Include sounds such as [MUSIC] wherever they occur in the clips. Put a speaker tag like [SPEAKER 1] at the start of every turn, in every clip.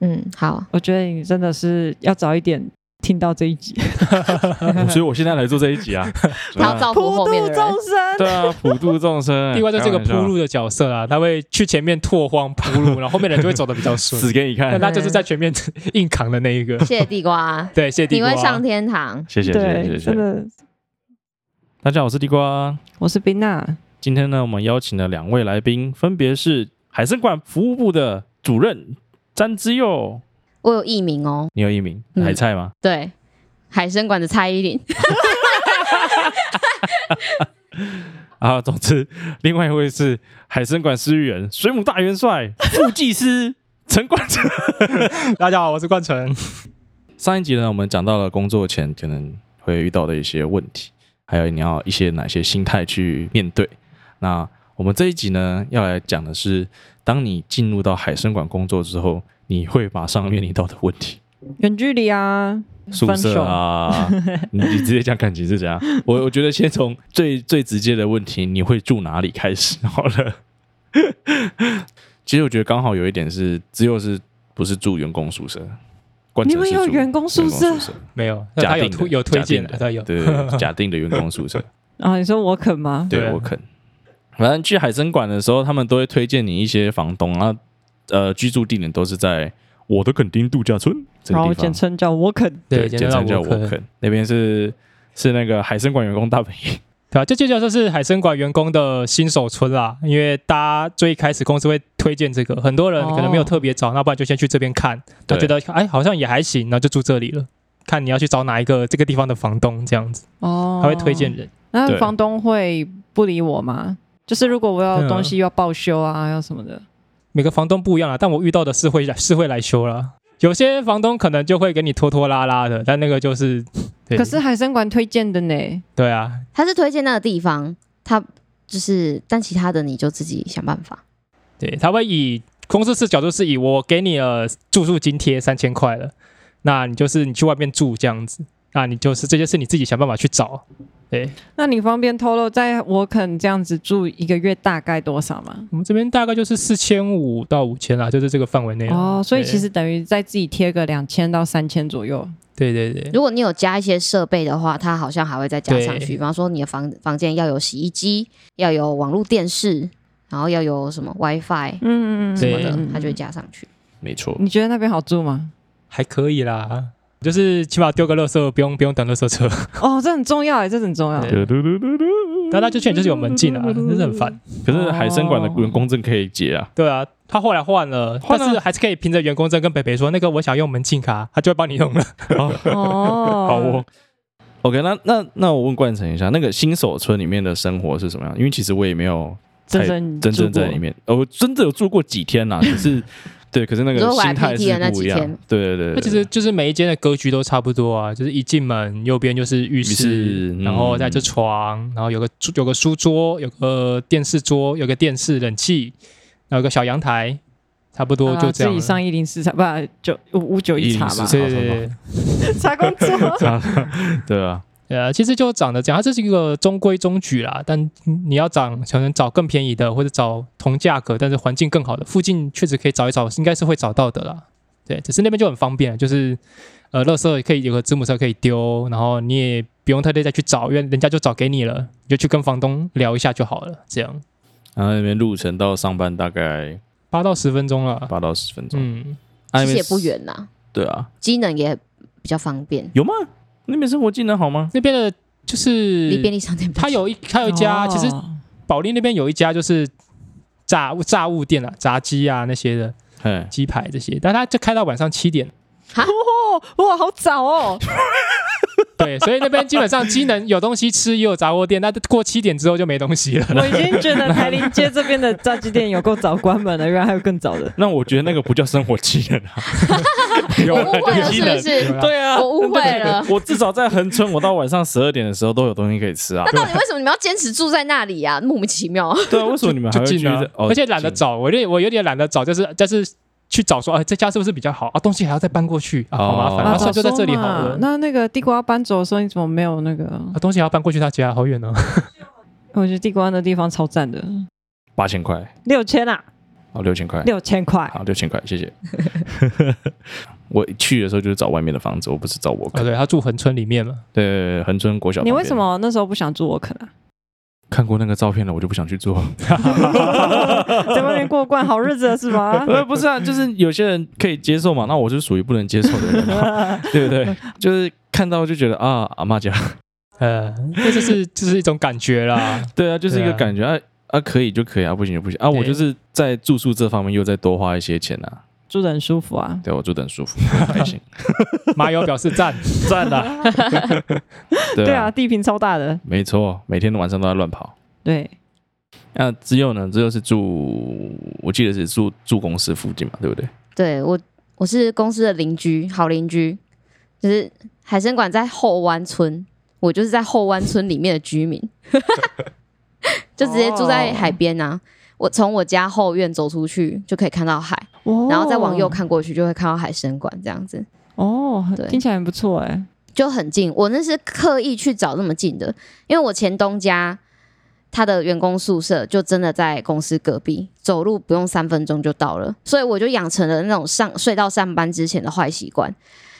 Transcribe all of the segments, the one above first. [SPEAKER 1] 嗯，好，
[SPEAKER 2] 我觉得你真的是要早一点听到这一集，
[SPEAKER 3] [LAUGHS] 所以我现在来做这一集啊。对
[SPEAKER 1] 然后
[SPEAKER 3] 啊
[SPEAKER 1] 造福哦后面的人，
[SPEAKER 2] 生。
[SPEAKER 3] 对啊，普度众
[SPEAKER 4] [LAUGHS]
[SPEAKER 3] 生。
[SPEAKER 4] 另外，在这个
[SPEAKER 3] 开玩笑
[SPEAKER 4] 铺路的角色啊，他会去前面拓荒铺路，然后后面的人就会走得比较
[SPEAKER 3] [LAUGHS]
[SPEAKER 4] 顺。
[SPEAKER 3] 死给你
[SPEAKER 4] 但
[SPEAKER 3] 看，
[SPEAKER 4] 他就是在前面 [LAUGHS] 硬扛的那一个。，
[SPEAKER 1] 谢谢地瓜
[SPEAKER 4] 对，谢谢地
[SPEAKER 1] 你
[SPEAKER 4] 瓜。
[SPEAKER 1] 会上天堂。
[SPEAKER 3] 谢谢谢谢
[SPEAKER 2] 对，
[SPEAKER 3] 谢
[SPEAKER 2] 真
[SPEAKER 3] 谢。
[SPEAKER 2] 的，
[SPEAKER 3] 大家好，我是地瓜。
[SPEAKER 2] 我是冰娜，
[SPEAKER 3] 今天呢，我们邀请了两位来宾，分别是海参馆服务部的主任詹之佑，
[SPEAKER 1] 我有艺名哦，
[SPEAKER 3] 你有一名
[SPEAKER 1] 嗯
[SPEAKER 3] 海菜吗？ [LAUGHS]
[SPEAKER 1] 对，海参馆的蔡依林，
[SPEAKER 3] 啊，总之，另外一位是海参馆司狱员、水母大元帅、副技师陈冠哲。
[SPEAKER 4] 大家好，我是
[SPEAKER 3] [LAUGHS]
[SPEAKER 4] 冠成。
[SPEAKER 3] 上一集呢，我们讲到了工作前可能会遇到的一些问题，还有你要一些哪些心态去面对。那我们这一集呢，要来讲的是，当你进入到海参馆工作之后，你会马上面临到的问 [LAUGHS] 题。
[SPEAKER 2] 远距离啊，
[SPEAKER 3] 宿舍啊，你你直接讲感情是怎样？我我觉得先从最最直接的问题，你会住哪里开始好了。 [LAUGHS] 其实我觉得刚好有一点是，只有是不是住员工宿舍？冠
[SPEAKER 2] 你
[SPEAKER 3] 城
[SPEAKER 2] 们
[SPEAKER 3] 是
[SPEAKER 2] 有
[SPEAKER 3] 住
[SPEAKER 2] 员工宿
[SPEAKER 3] 员
[SPEAKER 2] 舍
[SPEAKER 3] 舍？
[SPEAKER 4] 没有，那
[SPEAKER 3] 假
[SPEAKER 4] 他有
[SPEAKER 3] 定
[SPEAKER 4] 推
[SPEAKER 3] 的
[SPEAKER 4] 有推
[SPEAKER 3] 假
[SPEAKER 4] 荐的，
[SPEAKER 3] 定
[SPEAKER 4] 他有。
[SPEAKER 3] 对， [LAUGHS] 假定的员工宿舍，
[SPEAKER 2] 啊，你说我肯吗？
[SPEAKER 3] 对啊
[SPEAKER 4] 对
[SPEAKER 3] 我肯。反正去海参馆的时候，他们都会推荐你一些房东啊，呃，居住地点都是在我的垦丁度假村这
[SPEAKER 2] 然后
[SPEAKER 3] 个地
[SPEAKER 2] 简
[SPEAKER 3] 方。
[SPEAKER 2] 称叫我肯，
[SPEAKER 4] 对，
[SPEAKER 3] 简称叫
[SPEAKER 4] 叫
[SPEAKER 3] 我
[SPEAKER 4] 克。
[SPEAKER 3] 肯，那边是是那个海参馆员工大本营。
[SPEAKER 4] 对啊，这就叫做是海参馆员工的新手村啦，因为大家最一开始公司会推荐这个，很多人可能没有特别找，那不然就先去这边看，他
[SPEAKER 3] 对
[SPEAKER 4] 觉得哎好像也还行，然后就住这里了。看你要去找哪一个这个地方的房东这样子，
[SPEAKER 2] 哦
[SPEAKER 4] 他会推荐。人。
[SPEAKER 2] 那
[SPEAKER 3] 对
[SPEAKER 2] 房东会不理我吗？就是如果我要东西要报修啊，要什么的，
[SPEAKER 4] 每个房东不一样啦，啊但我遇到的是会是会来修啦。有些房东可能就会给你拖拖拉拉的，但那个就是，对
[SPEAKER 2] 可是海参馆推荐的呢。
[SPEAKER 4] 对啊，
[SPEAKER 1] 他是推荐那个地方，他就是，但其他的你就自己想办法。
[SPEAKER 4] 对，他会以公司是角度是以我给你了住宿津贴三千块了，那你就是你去外面住这样子，那你就是这些是你自己想办法去找。对
[SPEAKER 2] 那你方便透露，在我肯这样子住一个月大概多少吗？
[SPEAKER 4] 我们这边大概就是四千五到五千啦，就是这个范围内啦。
[SPEAKER 2] 哦，所以
[SPEAKER 4] 对
[SPEAKER 2] 其实等于再自己贴个两千到三千左右。
[SPEAKER 4] 对对对，
[SPEAKER 1] 如果你有加一些设备的话，它好像还会再加上去，
[SPEAKER 4] 对
[SPEAKER 1] 比方说你的房房间要有洗衣机，要有网络电视，然后要有什么 WiFi
[SPEAKER 2] 嗯
[SPEAKER 1] 什么
[SPEAKER 4] 对
[SPEAKER 1] 的，它就会加上去。
[SPEAKER 3] [LAUGHS] 没错，
[SPEAKER 2] 你觉得那边好住
[SPEAKER 3] [LAUGHS]
[SPEAKER 2] 吗？
[SPEAKER 4] 还可以啦，就是起码丢个垃圾不用不用等垃圾车，
[SPEAKER 2] 哦，这很重要哎，这很重要。
[SPEAKER 4] 对但他就缺点就是有门禁啊，真是很烦。
[SPEAKER 3] 可是海参馆的员工证可以解啊。
[SPEAKER 4] 对啊，他后来换了，
[SPEAKER 3] 换了
[SPEAKER 4] 但是还是可以凭着员工证跟北北说，那个我想用门禁卡，他就会帮你用了。
[SPEAKER 2] 哦，
[SPEAKER 3] [LAUGHS] 好哦。OK，那那那我问冠城一下，那个新手村里面的生活是什么样？因为其实我也没有
[SPEAKER 2] 真正啊
[SPEAKER 3] 真正在里
[SPEAKER 2] 面。
[SPEAKER 3] 面，哦，我真的有住过几天啦，只是对，可是那
[SPEAKER 1] 你
[SPEAKER 3] 个
[SPEAKER 1] 说我来
[SPEAKER 3] 心态
[SPEAKER 1] PT 的那
[SPEAKER 3] 是
[SPEAKER 1] 几
[SPEAKER 3] 不一样
[SPEAKER 1] 天。
[SPEAKER 3] 对对对，
[SPEAKER 4] [LAUGHS] 那其实就是每一间的格局都差不多啊，就是一进门右边就是浴室，嗯
[SPEAKER 3] 浴室嗯
[SPEAKER 4] 然后再就床，然后有个有个书桌，有个电视桌，有个电视冷气，然后有个小阳台，差不多
[SPEAKER 2] 好啦
[SPEAKER 4] 就这
[SPEAKER 2] 啊
[SPEAKER 4] 样
[SPEAKER 2] 自己
[SPEAKER 4] 了。
[SPEAKER 2] 上一零四茶，不九五五九一茶吧
[SPEAKER 3] 104，
[SPEAKER 4] 对对对，
[SPEAKER 2] [LAUGHS] 茶工作。
[SPEAKER 3] 对啊，
[SPEAKER 4] 呃，其实就长得这样，它这是一个中规中矩啦。但你要找，可能找更便宜的，或者找同价格但是环境更好的，附近确实可以找一找，应该是会找到的啦。对，只是那边就很方便，就是呃，垃圾也可以有个字母车可以丢，然后你也不用特地再去找，因为人家就找给你了，你就去跟房东聊一下就好了。这样
[SPEAKER 3] 然后那边路程到上班大概
[SPEAKER 4] 八到十分钟了，
[SPEAKER 3] 八到十分钟，
[SPEAKER 4] 嗯，
[SPEAKER 3] 啊
[SPEAKER 1] 其实
[SPEAKER 3] 那边
[SPEAKER 1] 也不远呐，
[SPEAKER 3] 对啊，
[SPEAKER 1] 机能也比较方
[SPEAKER 4] 嗯
[SPEAKER 1] 便，
[SPEAKER 3] 有吗？那边生活技能好吗？
[SPEAKER 4] 那边的就是
[SPEAKER 1] 离便利商店比较
[SPEAKER 4] 它有一它有一家，其实
[SPEAKER 2] 哦
[SPEAKER 4] 保利那边有一家就是炸物炸物店啊，炸鸡啊那些的。
[SPEAKER 3] 嘿，
[SPEAKER 4] 鸡排这些，但它就开到晚上七点，
[SPEAKER 2] 哇，好早
[SPEAKER 4] [LAUGHS]
[SPEAKER 2] 哦，
[SPEAKER 4] 对，所以那边基本上机能有东西吃，也有杂货店，但过七点之后就没东西了。
[SPEAKER 2] 我已经觉得台林街这边的炸鸡店有够早关门了，原来还有更早的。
[SPEAKER 3] 那我觉得那个不叫生活技能
[SPEAKER 1] [LAUGHS]
[SPEAKER 3] 啊，
[SPEAKER 1] 哦我误会了
[SPEAKER 4] 机
[SPEAKER 1] 是
[SPEAKER 4] 能
[SPEAKER 1] 不是？
[SPEAKER 4] 有啦
[SPEAKER 3] 对啊，
[SPEAKER 1] 我误会了
[SPEAKER 3] [LAUGHS] 我至少在恒春，我到晚上十二点的时候都有东西可以吃啊
[SPEAKER 1] 那。到底为什么你们要坚持住在那里呀、 [LAUGHS] 莫名其妙。
[SPEAKER 3] [LAUGHS] 对啊，为什么你们还
[SPEAKER 4] 就
[SPEAKER 3] 会去
[SPEAKER 4] 近啊
[SPEAKER 3] 这？，哦
[SPEAKER 4] 而且懒得找，我有点我有点懒得找，就是就是去找说，啊，这家是不是比较好啊？东西还要再搬过去啊， [LAUGHS] 好麻
[SPEAKER 3] 哦
[SPEAKER 4] 烦，啊，
[SPEAKER 3] 早
[SPEAKER 4] 算了就在这里好了。
[SPEAKER 2] 那那个地瓜搬走的时候，你怎么没有那个？
[SPEAKER 4] 啊，东西还要搬过去他家，好
[SPEAKER 3] [LAUGHS]
[SPEAKER 4] 远哦。
[SPEAKER 2] 我觉得地瓜那地方超赞的，
[SPEAKER 3] 八千块
[SPEAKER 2] 六千啊！
[SPEAKER 3] 好，六千块，
[SPEAKER 2] 六千块，
[SPEAKER 3] 好，六千块，谢谢。 [LAUGHS] 我去的时候就是找外面的房子，我不是找我
[SPEAKER 4] 哦，
[SPEAKER 3] 坑。
[SPEAKER 4] 对，他住恒春里面嘛，
[SPEAKER 3] 对对，对恒春国小。
[SPEAKER 2] 你为什么那时候不想住我肯啊？
[SPEAKER 3] 看过那个照片了，我就不想去做？
[SPEAKER 2] [LAUGHS] 在外面过惯好日子了是吗？
[SPEAKER 3] 呃，不是啊，就是有些人可以接受嘛，那我是属于不能接受的人
[SPEAKER 4] [LAUGHS]
[SPEAKER 3] 嘛，对不对？就是看到就觉得啊，阿妈家， [LAUGHS]
[SPEAKER 4] 呃，这就是就是一种感觉啦。
[SPEAKER 3] 对啊，就是一个
[SPEAKER 4] 对啊
[SPEAKER 3] 感觉啊啊，可以就可以啊，不行就不行啊。我
[SPEAKER 4] 对
[SPEAKER 3] 就是在住宿这方面又再多花一些钱啊，
[SPEAKER 2] [LAUGHS] 住的很舒服 [LAUGHS] 啊。
[SPEAKER 3] 对我住得很舒
[SPEAKER 4] [LAUGHS]
[SPEAKER 3] 服，很开心，
[SPEAKER 4] 麻友表示赞，
[SPEAKER 3] 赞啊
[SPEAKER 4] [LAUGHS]
[SPEAKER 3] 啦。对
[SPEAKER 2] 对
[SPEAKER 3] 啊
[SPEAKER 2] 啊，，地坪超大的。
[SPEAKER 3] 没错，每天晚上都在乱跑。
[SPEAKER 2] 对，
[SPEAKER 3] 那只有呢，只有是住，我记得是住住公司附近嘛，对不对？
[SPEAKER 1] 对我，我是公司的邻居，好邻居，就是海参馆在后湾村，我就是在后湾村里面的居
[SPEAKER 3] [LAUGHS]
[SPEAKER 1] 民，就直接住
[SPEAKER 3] 哦
[SPEAKER 1] 在海边啊。我从我家后院走出去就可以看到海，
[SPEAKER 2] 哦
[SPEAKER 1] 然后再往右。看过去就会看到海参馆，这样子
[SPEAKER 2] 哦
[SPEAKER 1] 对，
[SPEAKER 2] 听起来很不错哎。
[SPEAKER 1] 就很近。我那是刻意去找那么近的，因为我前东家他的员工宿舍就真的在公司隔壁，走路不用三分钟就到了，所以我就养成了那种上睡到上班之前的坏习惯。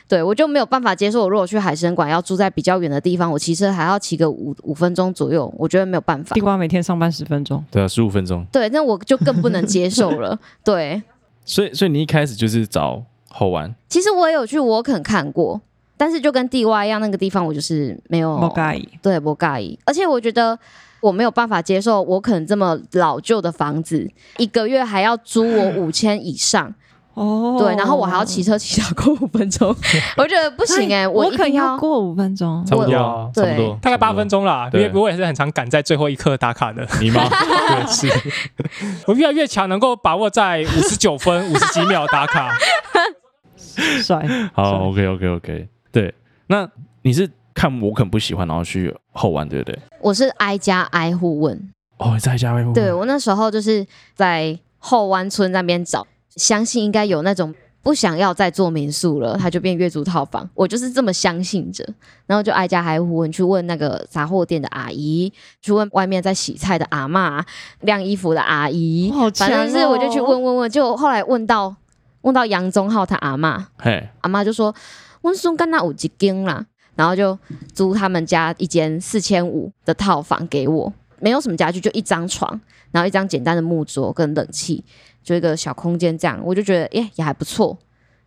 [SPEAKER 1] 对，我就没有办法接受。我如果去海参馆，要住在比较远的地方，我骑车还要骑个五五分钟左右，我觉得没有办法 [LAUGHS]
[SPEAKER 2] 地。瓜每天上班十分钟。
[SPEAKER 3] 对啊，十五分钟。
[SPEAKER 1] 对，那我就更不能接受了。对，
[SPEAKER 3] 所以，所以你一开始就是找后玩，
[SPEAKER 1] 其实我也有去沃肯看过，但是就跟地瓜一样，那个地方我就是没有
[SPEAKER 2] 莫盖伊
[SPEAKER 1] 对，不介意。而且我觉得我没有办法接受，我可能这么老旧的房子，一个月还要租
[SPEAKER 2] [LAUGHS]
[SPEAKER 1] 我五千以上，
[SPEAKER 2] 哦
[SPEAKER 1] 对，然后我还要骑车骑超过五分钟， [LAUGHS] 我觉得不
[SPEAKER 2] 不
[SPEAKER 1] 行哎、我
[SPEAKER 2] 我
[SPEAKER 1] 一
[SPEAKER 2] 可能
[SPEAKER 1] 定
[SPEAKER 2] 要
[SPEAKER 1] 要。
[SPEAKER 2] 过五分钟。
[SPEAKER 3] 差不多啊
[SPEAKER 4] 我，
[SPEAKER 3] 差不多，
[SPEAKER 4] 大概八分
[SPEAKER 3] 钟。
[SPEAKER 4] 钟啦，因
[SPEAKER 3] 对
[SPEAKER 4] 为我也是很常赶在最后一刻打卡的。
[SPEAKER 3] 你
[SPEAKER 4] [LAUGHS]
[SPEAKER 3] 吗？
[SPEAKER 4] 对，是 [LAUGHS] 我越来越强，能够把握在五十九分 [LAUGHS] 五十几秒打卡。
[SPEAKER 2] [LAUGHS] [LAUGHS] 帅。
[SPEAKER 3] 好，OK OK OK，对，那你是看我肯不喜欢，然后去后玩，对不对？
[SPEAKER 1] 我是挨家挨户问，
[SPEAKER 3] 哦，你在家
[SPEAKER 2] 嗯
[SPEAKER 3] 外面
[SPEAKER 1] 对我那时候就是在后湾村那边找，相信应该有那种。不想要再做民宿了，他就变月租套房。我就是这么相信着，然后就挨家挨户问，去问那个杂货店的阿姨，去问外面在洗菜的阿嬷，晾衣服的阿姨，
[SPEAKER 2] 哇好
[SPEAKER 1] 反正就是
[SPEAKER 2] 强哦
[SPEAKER 1] 我就去问问问，结果后来问到问到杨宗浩他阿嬷，
[SPEAKER 3] 嘿，
[SPEAKER 1] 阿妈就说：“温松干那有一间啦。”然后就租他们家一间四千五的套房给我，没有什么家具，就一张床，然后一张简单的木桌跟冷气，就一个小空间这样，我就觉得耶也还不错，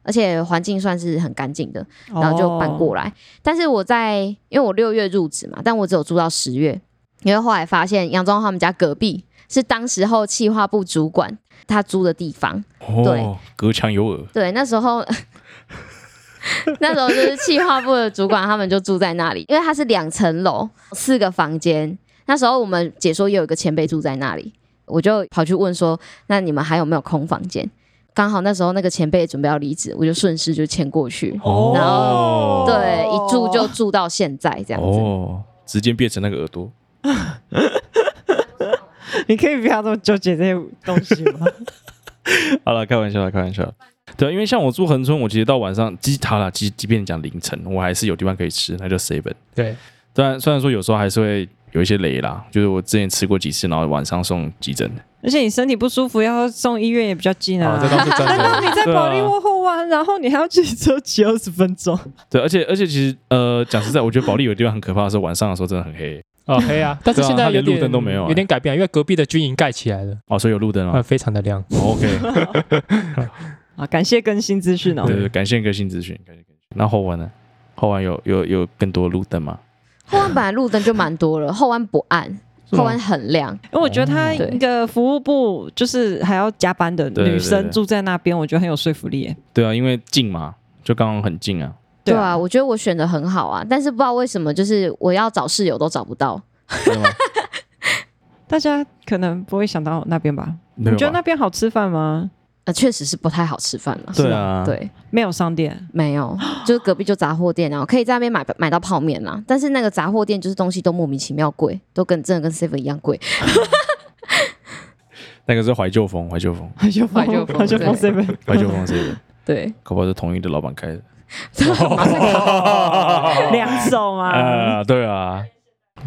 [SPEAKER 1] 而且环境算是很干净的，
[SPEAKER 2] 哦
[SPEAKER 1] 然后就搬过来。但是我在因为我六月入职嘛，但我只有住到十月，因为后来发现杨忠他们家隔壁是当时候企划部主管他租的地方，对
[SPEAKER 3] 哦，隔墙有耳，
[SPEAKER 1] 对，那时候 [LAUGHS] 那时候就是企划部的主管，他们就住在那里，因为它是两层楼，四个房间。那时候我们解说也有一个前辈住在那里，我就跑去问说：“那你们还有没有空房间？”刚好那时候那个前辈准备要离职，我就顺势就迁过去，
[SPEAKER 3] 哦
[SPEAKER 1] 然
[SPEAKER 2] 后
[SPEAKER 1] 对，
[SPEAKER 2] 哦
[SPEAKER 1] 一住就住到现在这样子。
[SPEAKER 3] 哦，直接变成那个耳朵，
[SPEAKER 2] [LAUGHS] 你可以不要这么纠结这些东西吗？ [LAUGHS]
[SPEAKER 3] 好了，开玩笑啦，开玩笑。对，因为像我住恒春，我其实到晚上，即他啦，即即便讲凌晨，我还是有地方可以吃，那就 seven。
[SPEAKER 4] 对，
[SPEAKER 3] 虽然虽然说有时候还是会有一些雷啦，就是我之前吃过几次，然后晚上送急诊。
[SPEAKER 2] 而且你身体不舒服，要送医院也比较近
[SPEAKER 4] 好，
[SPEAKER 2] 啊。
[SPEAKER 4] 哦这倒是真的。
[SPEAKER 2] 你在保利沃后湾，然后你还要骑车骑二十分钟， [LAUGHS]
[SPEAKER 3] 对，而且而且其实呃，讲实在，我觉得保利有地方很可怕的是晚上的时候真的很黑
[SPEAKER 4] [LAUGHS] 哦，黑啊，但是
[SPEAKER 3] [LAUGHS] 对啊
[SPEAKER 4] 现在
[SPEAKER 3] 它
[SPEAKER 4] 有
[SPEAKER 3] 连
[SPEAKER 4] 点
[SPEAKER 3] 路灯都没有欸
[SPEAKER 4] 有点改变，因为隔壁的军营盖起来了，
[SPEAKER 3] 哦，所以有路灯
[SPEAKER 4] 啊，
[SPEAKER 3] 哦。
[SPEAKER 4] 非常的亮。
[SPEAKER 3] OK，
[SPEAKER 2] 啊，感谢更新资讯哦。
[SPEAKER 3] 对对，感谢个性资讯，感谢个性。那后湾呢？后湾有有有更多路灯吗？
[SPEAKER 1] 后湾本来路灯就蛮多了，后湾不暗，
[SPEAKER 3] 是吗
[SPEAKER 1] 后湾很亮。
[SPEAKER 2] 因为我觉得他一个服务部就是还要加班的
[SPEAKER 3] 对对对
[SPEAKER 2] 女生住在那边，我觉得很有说服力耶。
[SPEAKER 3] 对啊，因为近嘛，就刚刚很近啊。
[SPEAKER 1] 对啊，，我觉得我选的很好啊，但是不知道为什么，就是我要找室友都找不到。
[SPEAKER 3] 真 [LAUGHS] 的吗
[SPEAKER 2] 大家可能不会想到那边吧？
[SPEAKER 3] 没
[SPEAKER 2] 你
[SPEAKER 3] 有
[SPEAKER 2] 觉得那
[SPEAKER 3] 吧
[SPEAKER 2] 边好吃饭吗？
[SPEAKER 1] 呃，确实是不太好吃饭了。
[SPEAKER 3] 对啊，
[SPEAKER 1] 对，
[SPEAKER 2] 没有商店， [LAUGHS]
[SPEAKER 1] 没有，就是隔壁就杂货店啊，可以在那边买买到泡面啦。但是那个杂货店就是东西都莫名其妙贵，都跟真的跟 seven 一样贵。
[SPEAKER 3] 那个是怀旧风，怀旧风，
[SPEAKER 2] 怀旧 [LAUGHS]
[SPEAKER 1] 怀旧风
[SPEAKER 2] 怀旧风
[SPEAKER 4] [LAUGHS]
[SPEAKER 2] seven，
[SPEAKER 3] 怀旧风是一个，
[SPEAKER 1] 对， [LAUGHS]
[SPEAKER 3] 搞不好是同一的老板 [LAUGHS] 开的。
[SPEAKER 1] 马上
[SPEAKER 3] [LAUGHS]
[SPEAKER 4] 哦
[SPEAKER 2] 两手嘛。
[SPEAKER 4] 呃
[SPEAKER 3] 啊，对啊，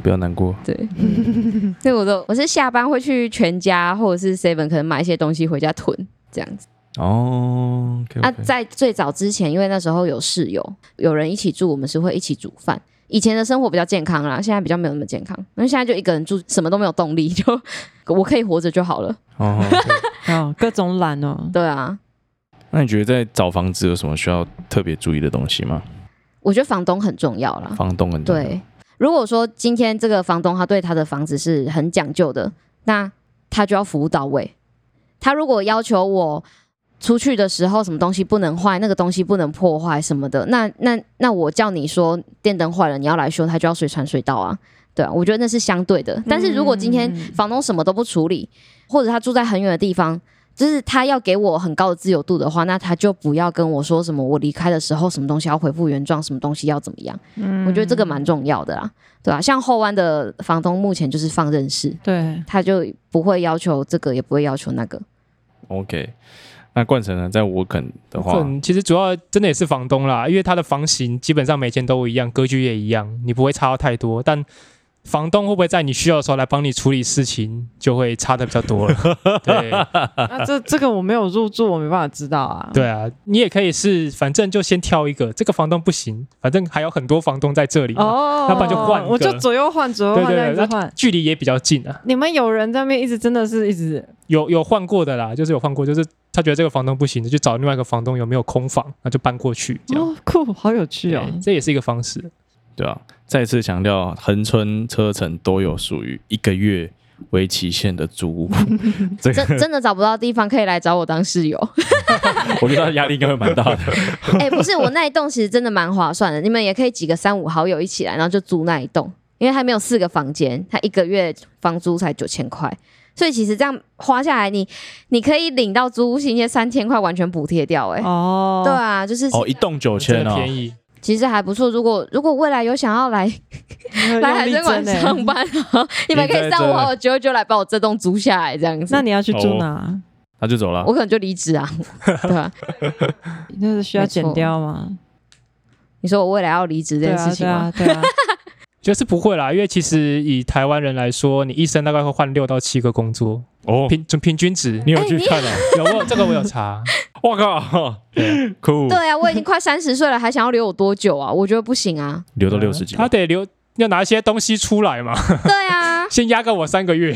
[SPEAKER 3] 不要难过。
[SPEAKER 1] 对，所以我都我是下班会去全家或者是 Seven 可能买一些东西回家囤这样子。
[SPEAKER 3] 哦，OK，,
[SPEAKER 1] 那、
[SPEAKER 3] OK
[SPEAKER 1] 啊在最早之前，因为那时候有室友，有人一起住，我们是会一起煮饭。以前的生活比较健康啦，现在比较没有那么健康，因为现在就一个人住，什么都没有动力，就 [LAUGHS] 我可以活着就好了。
[SPEAKER 3] 哦，OK
[SPEAKER 2] 哦，各种懒哦。
[SPEAKER 1] 对啊，
[SPEAKER 3] 那你觉得在找房子有什么需要特别注意的东西吗？
[SPEAKER 1] 我觉得房东很重要啦。
[SPEAKER 3] 房东很重要
[SPEAKER 1] 啊对，如果说今天这个房东他对他的房子是很讲究的，那他就要服务到位。他如果要求我出去的时候什么东西不能坏，那个东西不能破坏什么的，那那那我叫你说电灯坏了，你要来修，他就要随传随到啊。对啊，我觉得那是相对的。但是如果今天
[SPEAKER 2] 嗯
[SPEAKER 1] 房东什么都不处理，或者他住在很远的地方，就是他要给我很高的自由度的话，那他就不要跟我说什么我离开的时候什么东西要恢复原状，什么东西要怎么样。
[SPEAKER 2] 嗯
[SPEAKER 1] 我觉得这个蛮重要的啦，对吧、像后湾的房东目前就是放任式，
[SPEAKER 2] 对，
[SPEAKER 1] 他就不会要求这个，也不会要求那个。
[SPEAKER 3] OK，那冠城呢？在我肯的话，
[SPEAKER 4] [LAUGHS] 嗯，其实主要真的也是房东啦，因为他的房型基本上每间都一样，格局也一样，你不会差到太多。但房东会不会在你需要的时候来帮你处理事情，就会差的比较
[SPEAKER 3] [LAUGHS]
[SPEAKER 4] 多了。对
[SPEAKER 2] [LAUGHS] 那这这个我没有入住，我没办法知道啊。
[SPEAKER 4] 对啊，你也可以是，反正就先挑一个，这个房东不行，反正还有很多房东在这里嘛，
[SPEAKER 2] 哦，
[SPEAKER 4] 那不然就换一个
[SPEAKER 2] 我就左右换，左右换，这
[SPEAKER 4] 对对
[SPEAKER 2] 样
[SPEAKER 4] 对
[SPEAKER 2] 子换。
[SPEAKER 4] 距离也比较近啊。
[SPEAKER 2] 你们有人在那边一直真的是一直
[SPEAKER 4] 有有换过的啦，就是有换过，就是他觉得这个房东不行，就去找另外一个房东有没有空房，那就搬过去这样。
[SPEAKER 2] 哦酷，好有趣
[SPEAKER 4] 对
[SPEAKER 2] 哦。
[SPEAKER 4] 这也是一个方式。
[SPEAKER 3] 对啊，再次强调，恒春车程都有属于一个月为期限的租
[SPEAKER 2] [LAUGHS]
[SPEAKER 3] 屋，这
[SPEAKER 1] 真
[SPEAKER 3] 个
[SPEAKER 1] 真的找不到地方可以来找我当室友。
[SPEAKER 2] [LAUGHS]
[SPEAKER 3] 我觉得他压力应该会蛮大的。
[SPEAKER 1] 哎、不是，我那一栋其实真的蛮划算的，你们也可以几个三五好友一起来，然后就租那一栋，因为它没有四个房间，它一个月房租才九千块，所以其实这样花下来你，你可以领到租屋津贴三千块完全补贴掉、哎、
[SPEAKER 2] 哦，
[SPEAKER 1] 对啊，就是
[SPEAKER 3] 哦，一栋九
[SPEAKER 4] 真
[SPEAKER 3] 千
[SPEAKER 4] 的
[SPEAKER 3] 哦，
[SPEAKER 4] 便宜，
[SPEAKER 1] 其实还不错。如果如果未来有想要来
[SPEAKER 2] 对
[SPEAKER 1] 来海参
[SPEAKER 2] 欸
[SPEAKER 1] 馆上班，然后你们可以三五好友九九来把我这栋租下来，这样子。
[SPEAKER 2] [LAUGHS] 那你要去住哪？
[SPEAKER 3] 他就走了
[SPEAKER 1] 我。可能就离职啊， [LAUGHS] 对吧、
[SPEAKER 3] 哦
[SPEAKER 2] 那是需要剪
[SPEAKER 1] 没错
[SPEAKER 2] 掉吗？
[SPEAKER 1] 你说我未来要离职这
[SPEAKER 2] 对
[SPEAKER 1] 件
[SPEAKER 2] 啊，
[SPEAKER 1] 事
[SPEAKER 2] 对
[SPEAKER 1] 情吗？
[SPEAKER 2] 啊，对
[SPEAKER 3] [LAUGHS]
[SPEAKER 2] 啊。
[SPEAKER 4] 就是不会啦，因为其实以台湾人来说，你一生大概会换六到七个工作，
[SPEAKER 3] 哦，
[SPEAKER 4] 平准平均值。
[SPEAKER 3] 你有
[SPEAKER 1] 哎
[SPEAKER 3] 去
[SPEAKER 1] 你
[SPEAKER 3] 看啊？
[SPEAKER 4] 有 [LAUGHS] 我有这个我有查，
[SPEAKER 3] 我靠，
[SPEAKER 4] 对
[SPEAKER 3] 酷，
[SPEAKER 1] 对啊，我已经快三十岁了，还想要留我多久啊？我觉得不行
[SPEAKER 3] [LAUGHS]
[SPEAKER 1] 啊。
[SPEAKER 3] 留到六十几吧
[SPEAKER 4] 他，得留要拿一些东西出来嘛，
[SPEAKER 1] 对
[SPEAKER 4] [LAUGHS]
[SPEAKER 1] 啊，
[SPEAKER 4] 先压个我三个
[SPEAKER 2] [LAUGHS]
[SPEAKER 4] 月。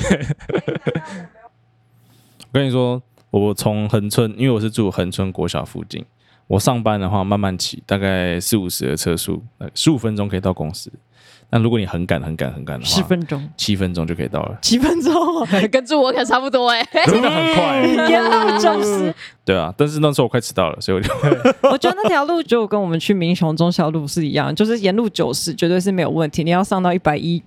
[SPEAKER 3] 我跟你说，我从恒春，因为我是住恒春国小附近，我上班的话慢慢骑，大概四五十的车速，十五分钟可以到公司。那如果你很赶、很赶、很赶的
[SPEAKER 2] 十
[SPEAKER 3] 话，
[SPEAKER 2] 分钟，
[SPEAKER 3] 七分钟就可以到了，
[SPEAKER 2] 几分钟
[SPEAKER 3] [LAUGHS]
[SPEAKER 2] 哎啊？
[SPEAKER 1] 跟住我可差不多哎、
[SPEAKER 3] 真的很快、
[SPEAKER 2] 延误九十。
[SPEAKER 3] 对啊，但是那时候我快迟到了，所以我就
[SPEAKER 2] 我觉得那条路就跟我们去民雄中小路是一样，就是沿路九十绝对是没有问题，你要上到一百一，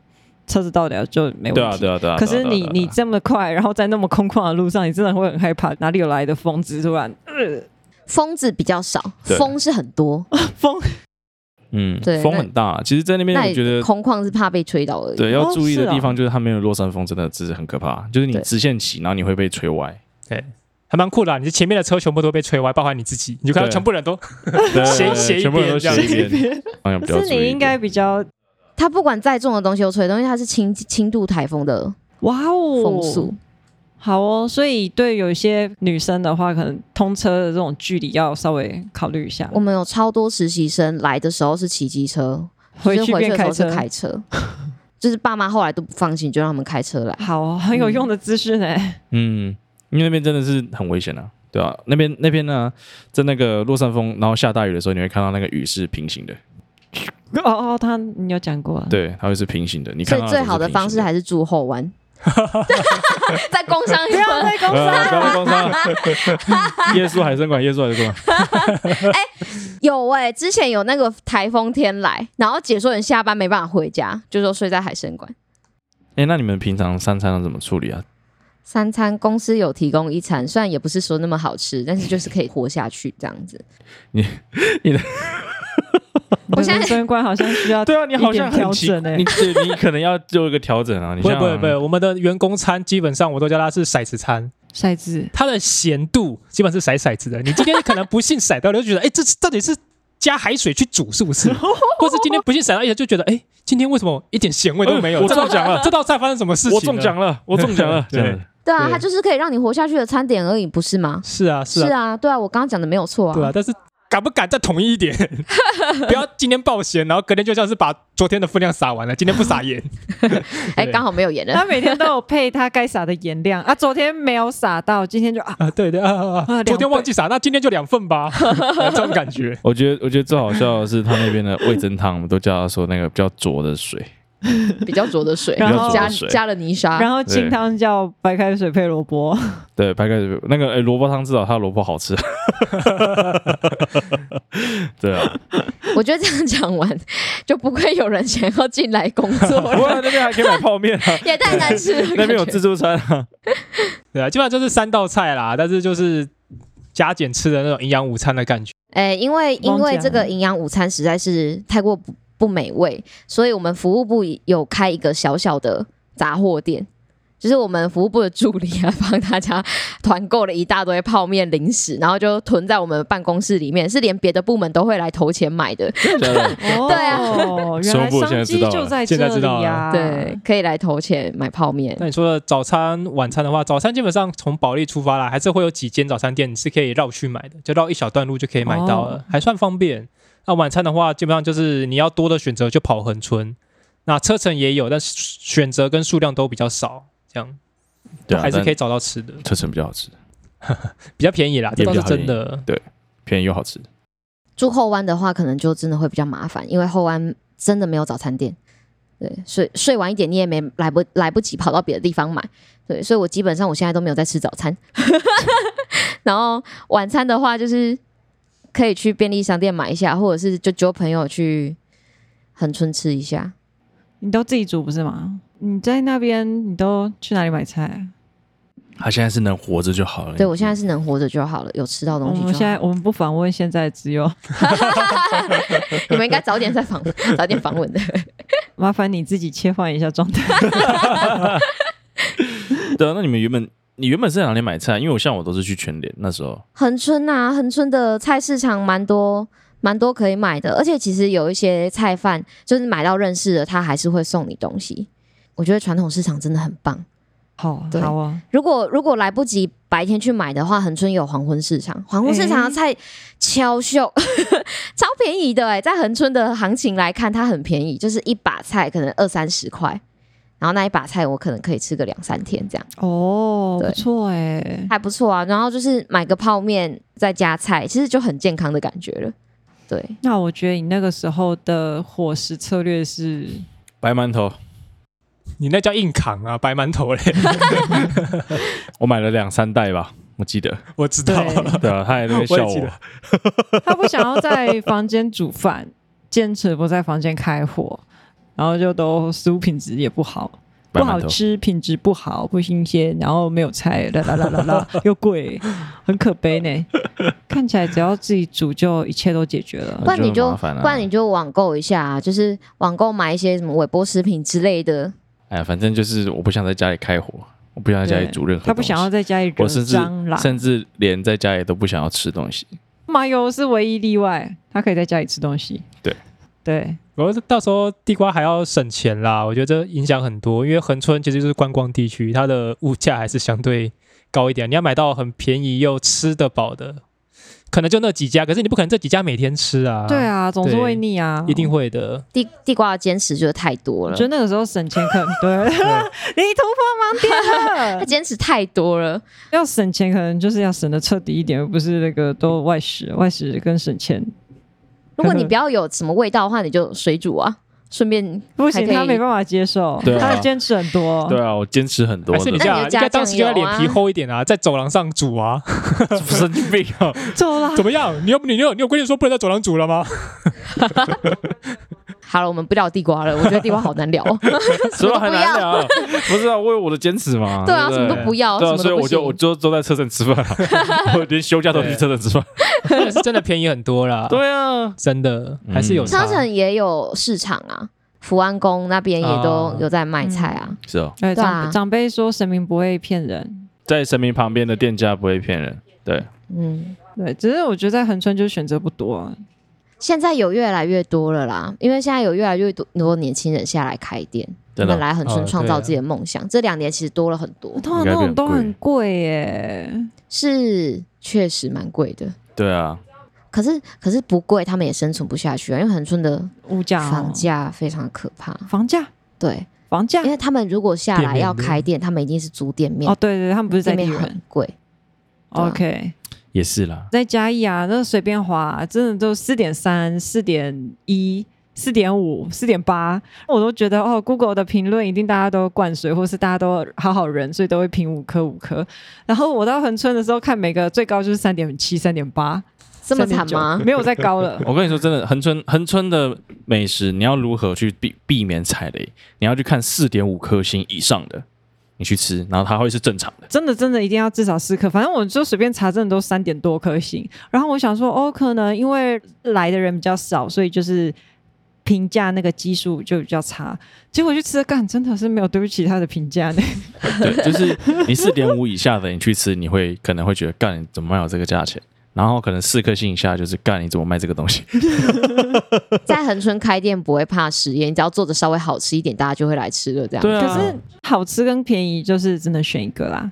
[SPEAKER 2] 车子到了就没问题。
[SPEAKER 3] 对啊，对啊，对啊。
[SPEAKER 2] 可是
[SPEAKER 3] 对啊
[SPEAKER 2] 你
[SPEAKER 3] 对啊
[SPEAKER 2] 你
[SPEAKER 3] 对啊
[SPEAKER 2] 这么快，然后在那么空旷的路上，你真的会很害怕，哪里有来的疯子突
[SPEAKER 3] [LAUGHS]
[SPEAKER 2] 然、呃、
[SPEAKER 1] [LAUGHS] 疯子比较少，
[SPEAKER 3] 对
[SPEAKER 1] 风是很多，
[SPEAKER 2] 疯？
[SPEAKER 3] 嗯，
[SPEAKER 1] 对
[SPEAKER 3] 风
[SPEAKER 1] 那
[SPEAKER 3] 很大，其实，在那边
[SPEAKER 1] 那
[SPEAKER 3] 我觉
[SPEAKER 1] 也
[SPEAKER 3] 得
[SPEAKER 1] 空旷是怕被吹到而已。
[SPEAKER 3] 对要注意的
[SPEAKER 2] 是啊
[SPEAKER 3] 地方就是它没有落山风，真的只是很可怕，就是你
[SPEAKER 1] 对
[SPEAKER 3] 直线骑，然后你会被
[SPEAKER 1] [LAUGHS]
[SPEAKER 3] 吹歪，
[SPEAKER 4] 还蛮酷的、啊，你前面的车全部都被吹歪，包括你自己，你就看到
[SPEAKER 3] 对
[SPEAKER 4] 全部人都
[SPEAKER 3] 对
[SPEAKER 4] 斜斜一
[SPEAKER 3] 全部人
[SPEAKER 4] 边
[SPEAKER 3] 都
[SPEAKER 4] 这样
[SPEAKER 3] 斜一边，哎方
[SPEAKER 1] [LAUGHS]
[SPEAKER 3] 向比较
[SPEAKER 2] 可是
[SPEAKER 3] 注意
[SPEAKER 2] 你
[SPEAKER 3] 一
[SPEAKER 2] 应该
[SPEAKER 3] 点。
[SPEAKER 2] 比较
[SPEAKER 1] 它不管再重的东西都吹，东西它是轻轻度台风的
[SPEAKER 2] 哇哦
[SPEAKER 1] 风速，
[SPEAKER 2] 好哦，所以对有一些女生的话，可能通车的这种距离要稍微考虑一下
[SPEAKER 1] 我。们有超多实习生来的时候是骑机车，
[SPEAKER 2] 回
[SPEAKER 1] 就是
[SPEAKER 2] 去
[SPEAKER 1] 回去的时
[SPEAKER 2] 变开
[SPEAKER 1] 候
[SPEAKER 2] 车
[SPEAKER 1] 是，开车，就是爸妈后来都不放心，就让他们开车来。
[SPEAKER 2] 好、哦，很有用的资讯哎。
[SPEAKER 3] 嗯，因为那边真的是很危险啊，对啊，那边那边呢，在那个落山风，然后下大雨的时候，你会看到那个雨是平行的，
[SPEAKER 1] 嗯
[SPEAKER 2] [LAUGHS] 哦哦，他你有讲过啊，
[SPEAKER 3] 对，它会是平行的。你
[SPEAKER 1] 所
[SPEAKER 3] 看
[SPEAKER 1] 以
[SPEAKER 3] 到
[SPEAKER 1] 最好的方式还
[SPEAKER 3] 是
[SPEAKER 1] 是住后湾， [LAUGHS] 在工商一
[SPEAKER 2] 不要
[SPEAKER 1] 村。
[SPEAKER 2] 再公
[SPEAKER 3] 平行
[SPEAKER 2] 司
[SPEAKER 3] 的。
[SPEAKER 2] 啊
[SPEAKER 3] 呃，高山高山，
[SPEAKER 1] [LAUGHS]
[SPEAKER 3] [LAUGHS] 耶稣海参馆，耶稣海参馆，
[SPEAKER 1] 有哎、之前有那个台风天来，然后解说员下班没办法回家，就说睡在海参馆。
[SPEAKER 3] 哎，那你们平常三餐要怎么处理啊？
[SPEAKER 1] 三餐公司有提供一餐，虽然也不是说那么好吃，但是就是可以活下去这样子。
[SPEAKER 2] 你的
[SPEAKER 1] 我现在
[SPEAKER 2] 人生观好像需
[SPEAKER 1] [LAUGHS]
[SPEAKER 2] 要
[SPEAKER 3] 对啊，你好像
[SPEAKER 2] 一点
[SPEAKER 3] 很
[SPEAKER 2] 调
[SPEAKER 3] 奇，
[SPEAKER 2] 整欸
[SPEAKER 3] 你 [LAUGHS] 对你可能要做一个调整 [LAUGHS] 啊。你
[SPEAKER 4] 不会
[SPEAKER 3] 像
[SPEAKER 4] 不会不会，我们的员工餐基本上我都叫它是骰子餐，
[SPEAKER 2] 骰子。
[SPEAKER 4] [LAUGHS] 它的咸度基本上是骰骰子的。你今天可能不信骰到，你就觉得哎、这这到底是加海水去煮，是
[SPEAKER 1] [LAUGHS]
[SPEAKER 4] 不是？或是今天不幸闪到一下，就觉得哎、今天为什么一点咸味都没有？
[SPEAKER 3] 哎我
[SPEAKER 4] 这道
[SPEAKER 3] 中奖了
[SPEAKER 4] 这道菜发生什么事情？
[SPEAKER 3] 我中奖
[SPEAKER 4] 了。，
[SPEAKER 3] [LAUGHS] 了，我中奖了这样
[SPEAKER 4] 对
[SPEAKER 3] 子
[SPEAKER 1] 对啊，
[SPEAKER 4] 对
[SPEAKER 1] 它就是可以让你活下去的餐点而已，不是吗？
[SPEAKER 4] 是啊，是
[SPEAKER 1] 是
[SPEAKER 4] 啊，
[SPEAKER 1] 啊，对啊，我刚刚讲的没有错
[SPEAKER 4] 对啊
[SPEAKER 1] 啊。，
[SPEAKER 4] 但是。敢不敢再统一
[SPEAKER 1] [LAUGHS]
[SPEAKER 4] 一点？不要今天爆咸，然后隔天就像是把昨天的分量撒完了，今天不
[SPEAKER 1] [LAUGHS]
[SPEAKER 4] 撒盐。
[SPEAKER 1] 哎，
[SPEAKER 4] 对
[SPEAKER 1] 刚好没有盐了
[SPEAKER 2] 他。每天都有配他该撒的盐量 [LAUGHS] 啊，昨天没有撒到，今天就啊，
[SPEAKER 4] [LAUGHS] 啊，对对啊啊啊！
[SPEAKER 2] 啊
[SPEAKER 4] 昨
[SPEAKER 2] 两份
[SPEAKER 4] 天忘记撒，那今天就两份
[SPEAKER 2] [LAUGHS]
[SPEAKER 4] 吧，呃这种感觉。
[SPEAKER 3] 我觉得，我觉得最好笑的是他那边的味增汤，我们都叫他说那个比较浊的水，
[SPEAKER 1] 比较浊的水，
[SPEAKER 2] 比较浊的
[SPEAKER 1] 加
[SPEAKER 3] 水
[SPEAKER 1] 加了泥沙，
[SPEAKER 2] 然后清汤叫白开水配萝卜，
[SPEAKER 3] 对，白开水那个哎萝卜汤，至少它的萝卜好 [LAUGHS] 吃。对啊，
[SPEAKER 1] 我觉得这样讲完，就不会有人想要进来工作
[SPEAKER 3] 不
[SPEAKER 4] [LAUGHS]
[SPEAKER 3] 过
[SPEAKER 1] 了，
[SPEAKER 3] 那边还可以买泡面啊，
[SPEAKER 1] 也太难吃了。
[SPEAKER 3] [LAUGHS] 那边有
[SPEAKER 1] 感觉
[SPEAKER 3] 自助餐 [LAUGHS] 啊。
[SPEAKER 4] 对啊，基本上就是三道菜啦，但是就是加减吃的那种营养午餐的感觉。
[SPEAKER 1] 哎，因为因为这个营养午餐实在是太过不不美味，所以我们服务部有开一个小小的杂货店。就是我们服务部的助理啊， [LAUGHS] 帮大家团购了一大堆泡面、零食，然后就囤在我们办公室里面，是连别的部门都会来投钱买的。
[SPEAKER 3] 真的
[SPEAKER 2] 对啊，原来商机就在这
[SPEAKER 4] 现在知道
[SPEAKER 2] 里啊
[SPEAKER 4] 了
[SPEAKER 2] 呀，
[SPEAKER 1] 对，，可以来投钱买泡面。
[SPEAKER 4] 那你说的早餐、晚餐的话，早餐基本上从保利出发啦，还是会有几间早餐店你是可以绕去买的，就绕一小段路就可以买到了，
[SPEAKER 2] 哦
[SPEAKER 4] 还算方便。那晚餐的话，基本上就是你要多的选择就跑恒春，那车程也有，但是选择跟数量都比较少，这样
[SPEAKER 3] 对啊，
[SPEAKER 4] 还是可以
[SPEAKER 3] 以，
[SPEAKER 4] 找到吃的，
[SPEAKER 3] 车程比较好吃，
[SPEAKER 4] 比较便宜啦，这
[SPEAKER 3] 也
[SPEAKER 4] 倒
[SPEAKER 3] 比
[SPEAKER 4] 是
[SPEAKER 3] 较
[SPEAKER 4] 真的。
[SPEAKER 3] 便宜又好吃。
[SPEAKER 1] 住后湾的话，可能就真的会比较麻烦，因为后湾真的没有早餐店。对，睡睡晚一点，你也没来不来不及跑到别的地方买。对，所以我基本上我现在都没有在吃早餐。 [LAUGHS] 然后晚餐的话，就是可以去便利商店买一下，或者是就揪朋友去恒春吃一下。
[SPEAKER 2] 你都自己煮不是吗？你在那边你都去哪里买菜？
[SPEAKER 3] 他现在是能活着就好了。
[SPEAKER 1] 对我现在是能活着就好了，有 [LAUGHS] 吃到
[SPEAKER 2] 我
[SPEAKER 1] 东西
[SPEAKER 2] 们
[SPEAKER 1] 就
[SPEAKER 2] 哦现
[SPEAKER 1] 好。
[SPEAKER 2] 在我们不访问现在只有 [LAUGHS]
[SPEAKER 1] 你们应该早点再访，早点访问的。
[SPEAKER 2] 麻烦你自己切换一下状态。
[SPEAKER 3] 对啊，那你们原本你原本是在哪里买菜？因为我像我都是去全联那时候，
[SPEAKER 1] 恒春啊，恒春的菜市场蛮多，蛮多可以买的，而且其实有一些菜贩，就是买到认识的，他还是会送你东西。我觉得传统市场真的很棒。
[SPEAKER 2] [LAUGHS] 好
[SPEAKER 1] 对
[SPEAKER 2] 好啊，
[SPEAKER 1] 如果如果来不及白天去买的话，恒春有黄昏市场，黄昏市场的菜超秀， [LAUGHS] 超便宜的哎、在恒春的行情来看，它很便宜，就是一把菜可能二三十块，然后那一把菜我可能可以吃个两三天这样。
[SPEAKER 2] 哦，
[SPEAKER 1] 对
[SPEAKER 2] 不错哎，
[SPEAKER 1] 还不错啊。然后就是买个泡面再加菜，其实就很健康的感觉了。对，
[SPEAKER 2] 那我觉得你那个时候的伙食策略是
[SPEAKER 3] 白馒头，
[SPEAKER 4] 你那叫硬扛啊，白馒头嘞， [LAUGHS]
[SPEAKER 3] 我买了两三袋吧，我记得。
[SPEAKER 4] 我知道。
[SPEAKER 2] [LAUGHS] 对
[SPEAKER 3] [LAUGHS] 对啊，他还在那边
[SPEAKER 4] 我也
[SPEAKER 3] 笑
[SPEAKER 4] 记
[SPEAKER 3] 我
[SPEAKER 4] 得。
[SPEAKER 2] 他不想要在房间煮饭，坚持不在房间开火，然后就都食物品质也不好，
[SPEAKER 3] 白
[SPEAKER 2] 不
[SPEAKER 3] 馒
[SPEAKER 2] 好
[SPEAKER 3] 头，
[SPEAKER 2] 吃，品质不好，不新鲜，然后没有菜，啦啦啦啦啦，又贵，很可悲 [LAUGHS] 呢。看起来只要自己煮就一切都解决了。
[SPEAKER 1] 不然你
[SPEAKER 3] 就
[SPEAKER 1] 就
[SPEAKER 3] 麻烦了
[SPEAKER 1] 不然你就网购一下、啊，就是网购买一些什么微波食品之类的。
[SPEAKER 3] 哎呀，反正就是我不想在家里开火，我不想在家里煮任何东西。
[SPEAKER 2] 他不想要在家里惹
[SPEAKER 3] 我甚至
[SPEAKER 2] 蟑螂，
[SPEAKER 3] 甚至连在家里都不想要吃东西。
[SPEAKER 2] 麻油是唯一例外，他可以在家里吃东西。
[SPEAKER 3] 对
[SPEAKER 2] 对，
[SPEAKER 4] 我说到时候地瓜还要省钱啦，我觉得这影响很多，因为恒春其实就是观光地区，它的物价还是相对高一点。你要买到很便宜又吃得饱的，可能就那几家，可是你不可能这几家每天吃
[SPEAKER 2] [LAUGHS]
[SPEAKER 4] 啊。
[SPEAKER 2] 对，啊，总是
[SPEAKER 4] 对
[SPEAKER 2] 会腻啊，
[SPEAKER 4] 一定会的。
[SPEAKER 1] 地地瓜的坚持就是太多
[SPEAKER 2] 我
[SPEAKER 1] 了
[SPEAKER 2] 觉，得那个时候省钱可能对，你突破盲点
[SPEAKER 1] 它 [LAUGHS]
[SPEAKER 2] 了。
[SPEAKER 1] 坚持太多了。
[SPEAKER 2] 要省钱，可能就是要省的彻底一点，而不是那个都外食，外食跟省钱
[SPEAKER 1] 如果你不要有什么味道的话，你就水煮啊，顺便
[SPEAKER 2] 不
[SPEAKER 1] 还
[SPEAKER 2] 行，
[SPEAKER 1] 可以
[SPEAKER 2] 他没办法接受，
[SPEAKER 3] 对啊
[SPEAKER 2] 他的坚持很多。
[SPEAKER 3] 对啊，我坚持很多
[SPEAKER 4] 还
[SPEAKER 3] 的， [LAUGHS]
[SPEAKER 4] 是你这
[SPEAKER 1] 那
[SPEAKER 4] 样，
[SPEAKER 1] 你
[SPEAKER 4] 应
[SPEAKER 1] 就加
[SPEAKER 4] 该当时就要
[SPEAKER 1] 酱油
[SPEAKER 4] 脸
[SPEAKER 1] 啊
[SPEAKER 4] 皮厚一点啊，在走廊上
[SPEAKER 2] [LAUGHS]
[SPEAKER 4] 煮啊，
[SPEAKER 3] 神经病啊！
[SPEAKER 2] 走啦，
[SPEAKER 4] 怎么样？你有你有你有规定说不能在走廊煮
[SPEAKER 2] [LAUGHS]
[SPEAKER 4] 了吗？ [LAUGHS]
[SPEAKER 1] 好了，我们不聊地瓜了，我觉得地瓜好难聊哦。
[SPEAKER 3] 什么很难聊，不是啊，我有我的坚持嘛。
[SPEAKER 1] 对啊，
[SPEAKER 3] 不
[SPEAKER 1] 什么都不要，
[SPEAKER 3] 对
[SPEAKER 1] 什么
[SPEAKER 3] 啊，所以
[SPEAKER 1] 都不
[SPEAKER 3] 我就
[SPEAKER 1] 行。
[SPEAKER 3] 我就都在车站吃饭啊，我连休假都去车站吃饭。啊
[SPEAKER 4] 是真的便宜很多啦，
[SPEAKER 3] 对啊，
[SPEAKER 4] 真的还是有
[SPEAKER 3] 嗯
[SPEAKER 4] 差
[SPEAKER 1] 商。城也有市场啊，福安宫那边也都
[SPEAKER 4] 啊
[SPEAKER 1] 有在卖菜啊。
[SPEAKER 3] 是哦，
[SPEAKER 2] 对
[SPEAKER 1] 对啊
[SPEAKER 2] 长长辈说神明不会骗人，
[SPEAKER 3] 在神明旁边的店家不会骗人。对，
[SPEAKER 1] 嗯，
[SPEAKER 2] 对，只是我觉得在恒春就选择不多，
[SPEAKER 1] 现在有越来越多了啦，因为现在有越来越多多年轻人下来开店，他
[SPEAKER 3] 真的
[SPEAKER 1] 们来恒
[SPEAKER 4] 哦
[SPEAKER 1] 春创造
[SPEAKER 4] 对啊
[SPEAKER 1] 自己的梦想。这两年其实多了很多，
[SPEAKER 2] 通常那种都很贵耶，
[SPEAKER 1] 是确实蛮贵的。
[SPEAKER 3] 对啊，
[SPEAKER 1] 可是可是不贵，他们也生存不下去啊，因为恒春的
[SPEAKER 2] 物价哦
[SPEAKER 1] 房价非常可怕。
[SPEAKER 2] 房价
[SPEAKER 1] 对，
[SPEAKER 2] 房价
[SPEAKER 1] 因为他们如果下
[SPEAKER 4] 店
[SPEAKER 1] 来
[SPEAKER 4] 面
[SPEAKER 1] 要开店，他们一定是租店面
[SPEAKER 2] 哦，，对对，对他们不是在
[SPEAKER 1] 店
[SPEAKER 2] 地
[SPEAKER 1] 面
[SPEAKER 2] 人
[SPEAKER 1] 很贵。对啊
[SPEAKER 2] ，OK，
[SPEAKER 3] 也是啦，。
[SPEAKER 2] 在嘉义啊，那随便花，真的都四点三、四点一。四点五、四点八，我都觉得哦，Google 的评论一定大家都灌水，或是大家都好好人，所以都会评五颗五颗。然后我到恒春的时候看每个最高就是三点七、三点八，
[SPEAKER 1] 这么惨吗
[SPEAKER 2] 3.9？没有再高了 [LAUGHS]
[SPEAKER 3] 我跟你说真的，恒春恒春的美食，你要如何去避避免踩雷？你要去看四点五颗星以上的，你去吃，然后它会是正常
[SPEAKER 2] [LAUGHS]
[SPEAKER 3] 的。
[SPEAKER 2] 真的真的一定要至少四颗，反正我就随便查，真的都三点多颗星。然后我想说，哦，可能因为来的人比较少，所以就是评价那个基数就比较差。结果去吃了，干真的是没有对不起他的评价呢。
[SPEAKER 3] 对，就是你四点五以下的，你去吃，你会可能会觉得，干你怎么卖我这个价钱？然后可能四颗星以下就是干你怎么卖这个东西？
[SPEAKER 1] [LAUGHS] 在恒春开店不会怕实验，你只要做的稍微好吃一点，大家就会来吃了。这样，
[SPEAKER 3] 啊
[SPEAKER 2] 可是好吃跟便宜就是只能选一个啦，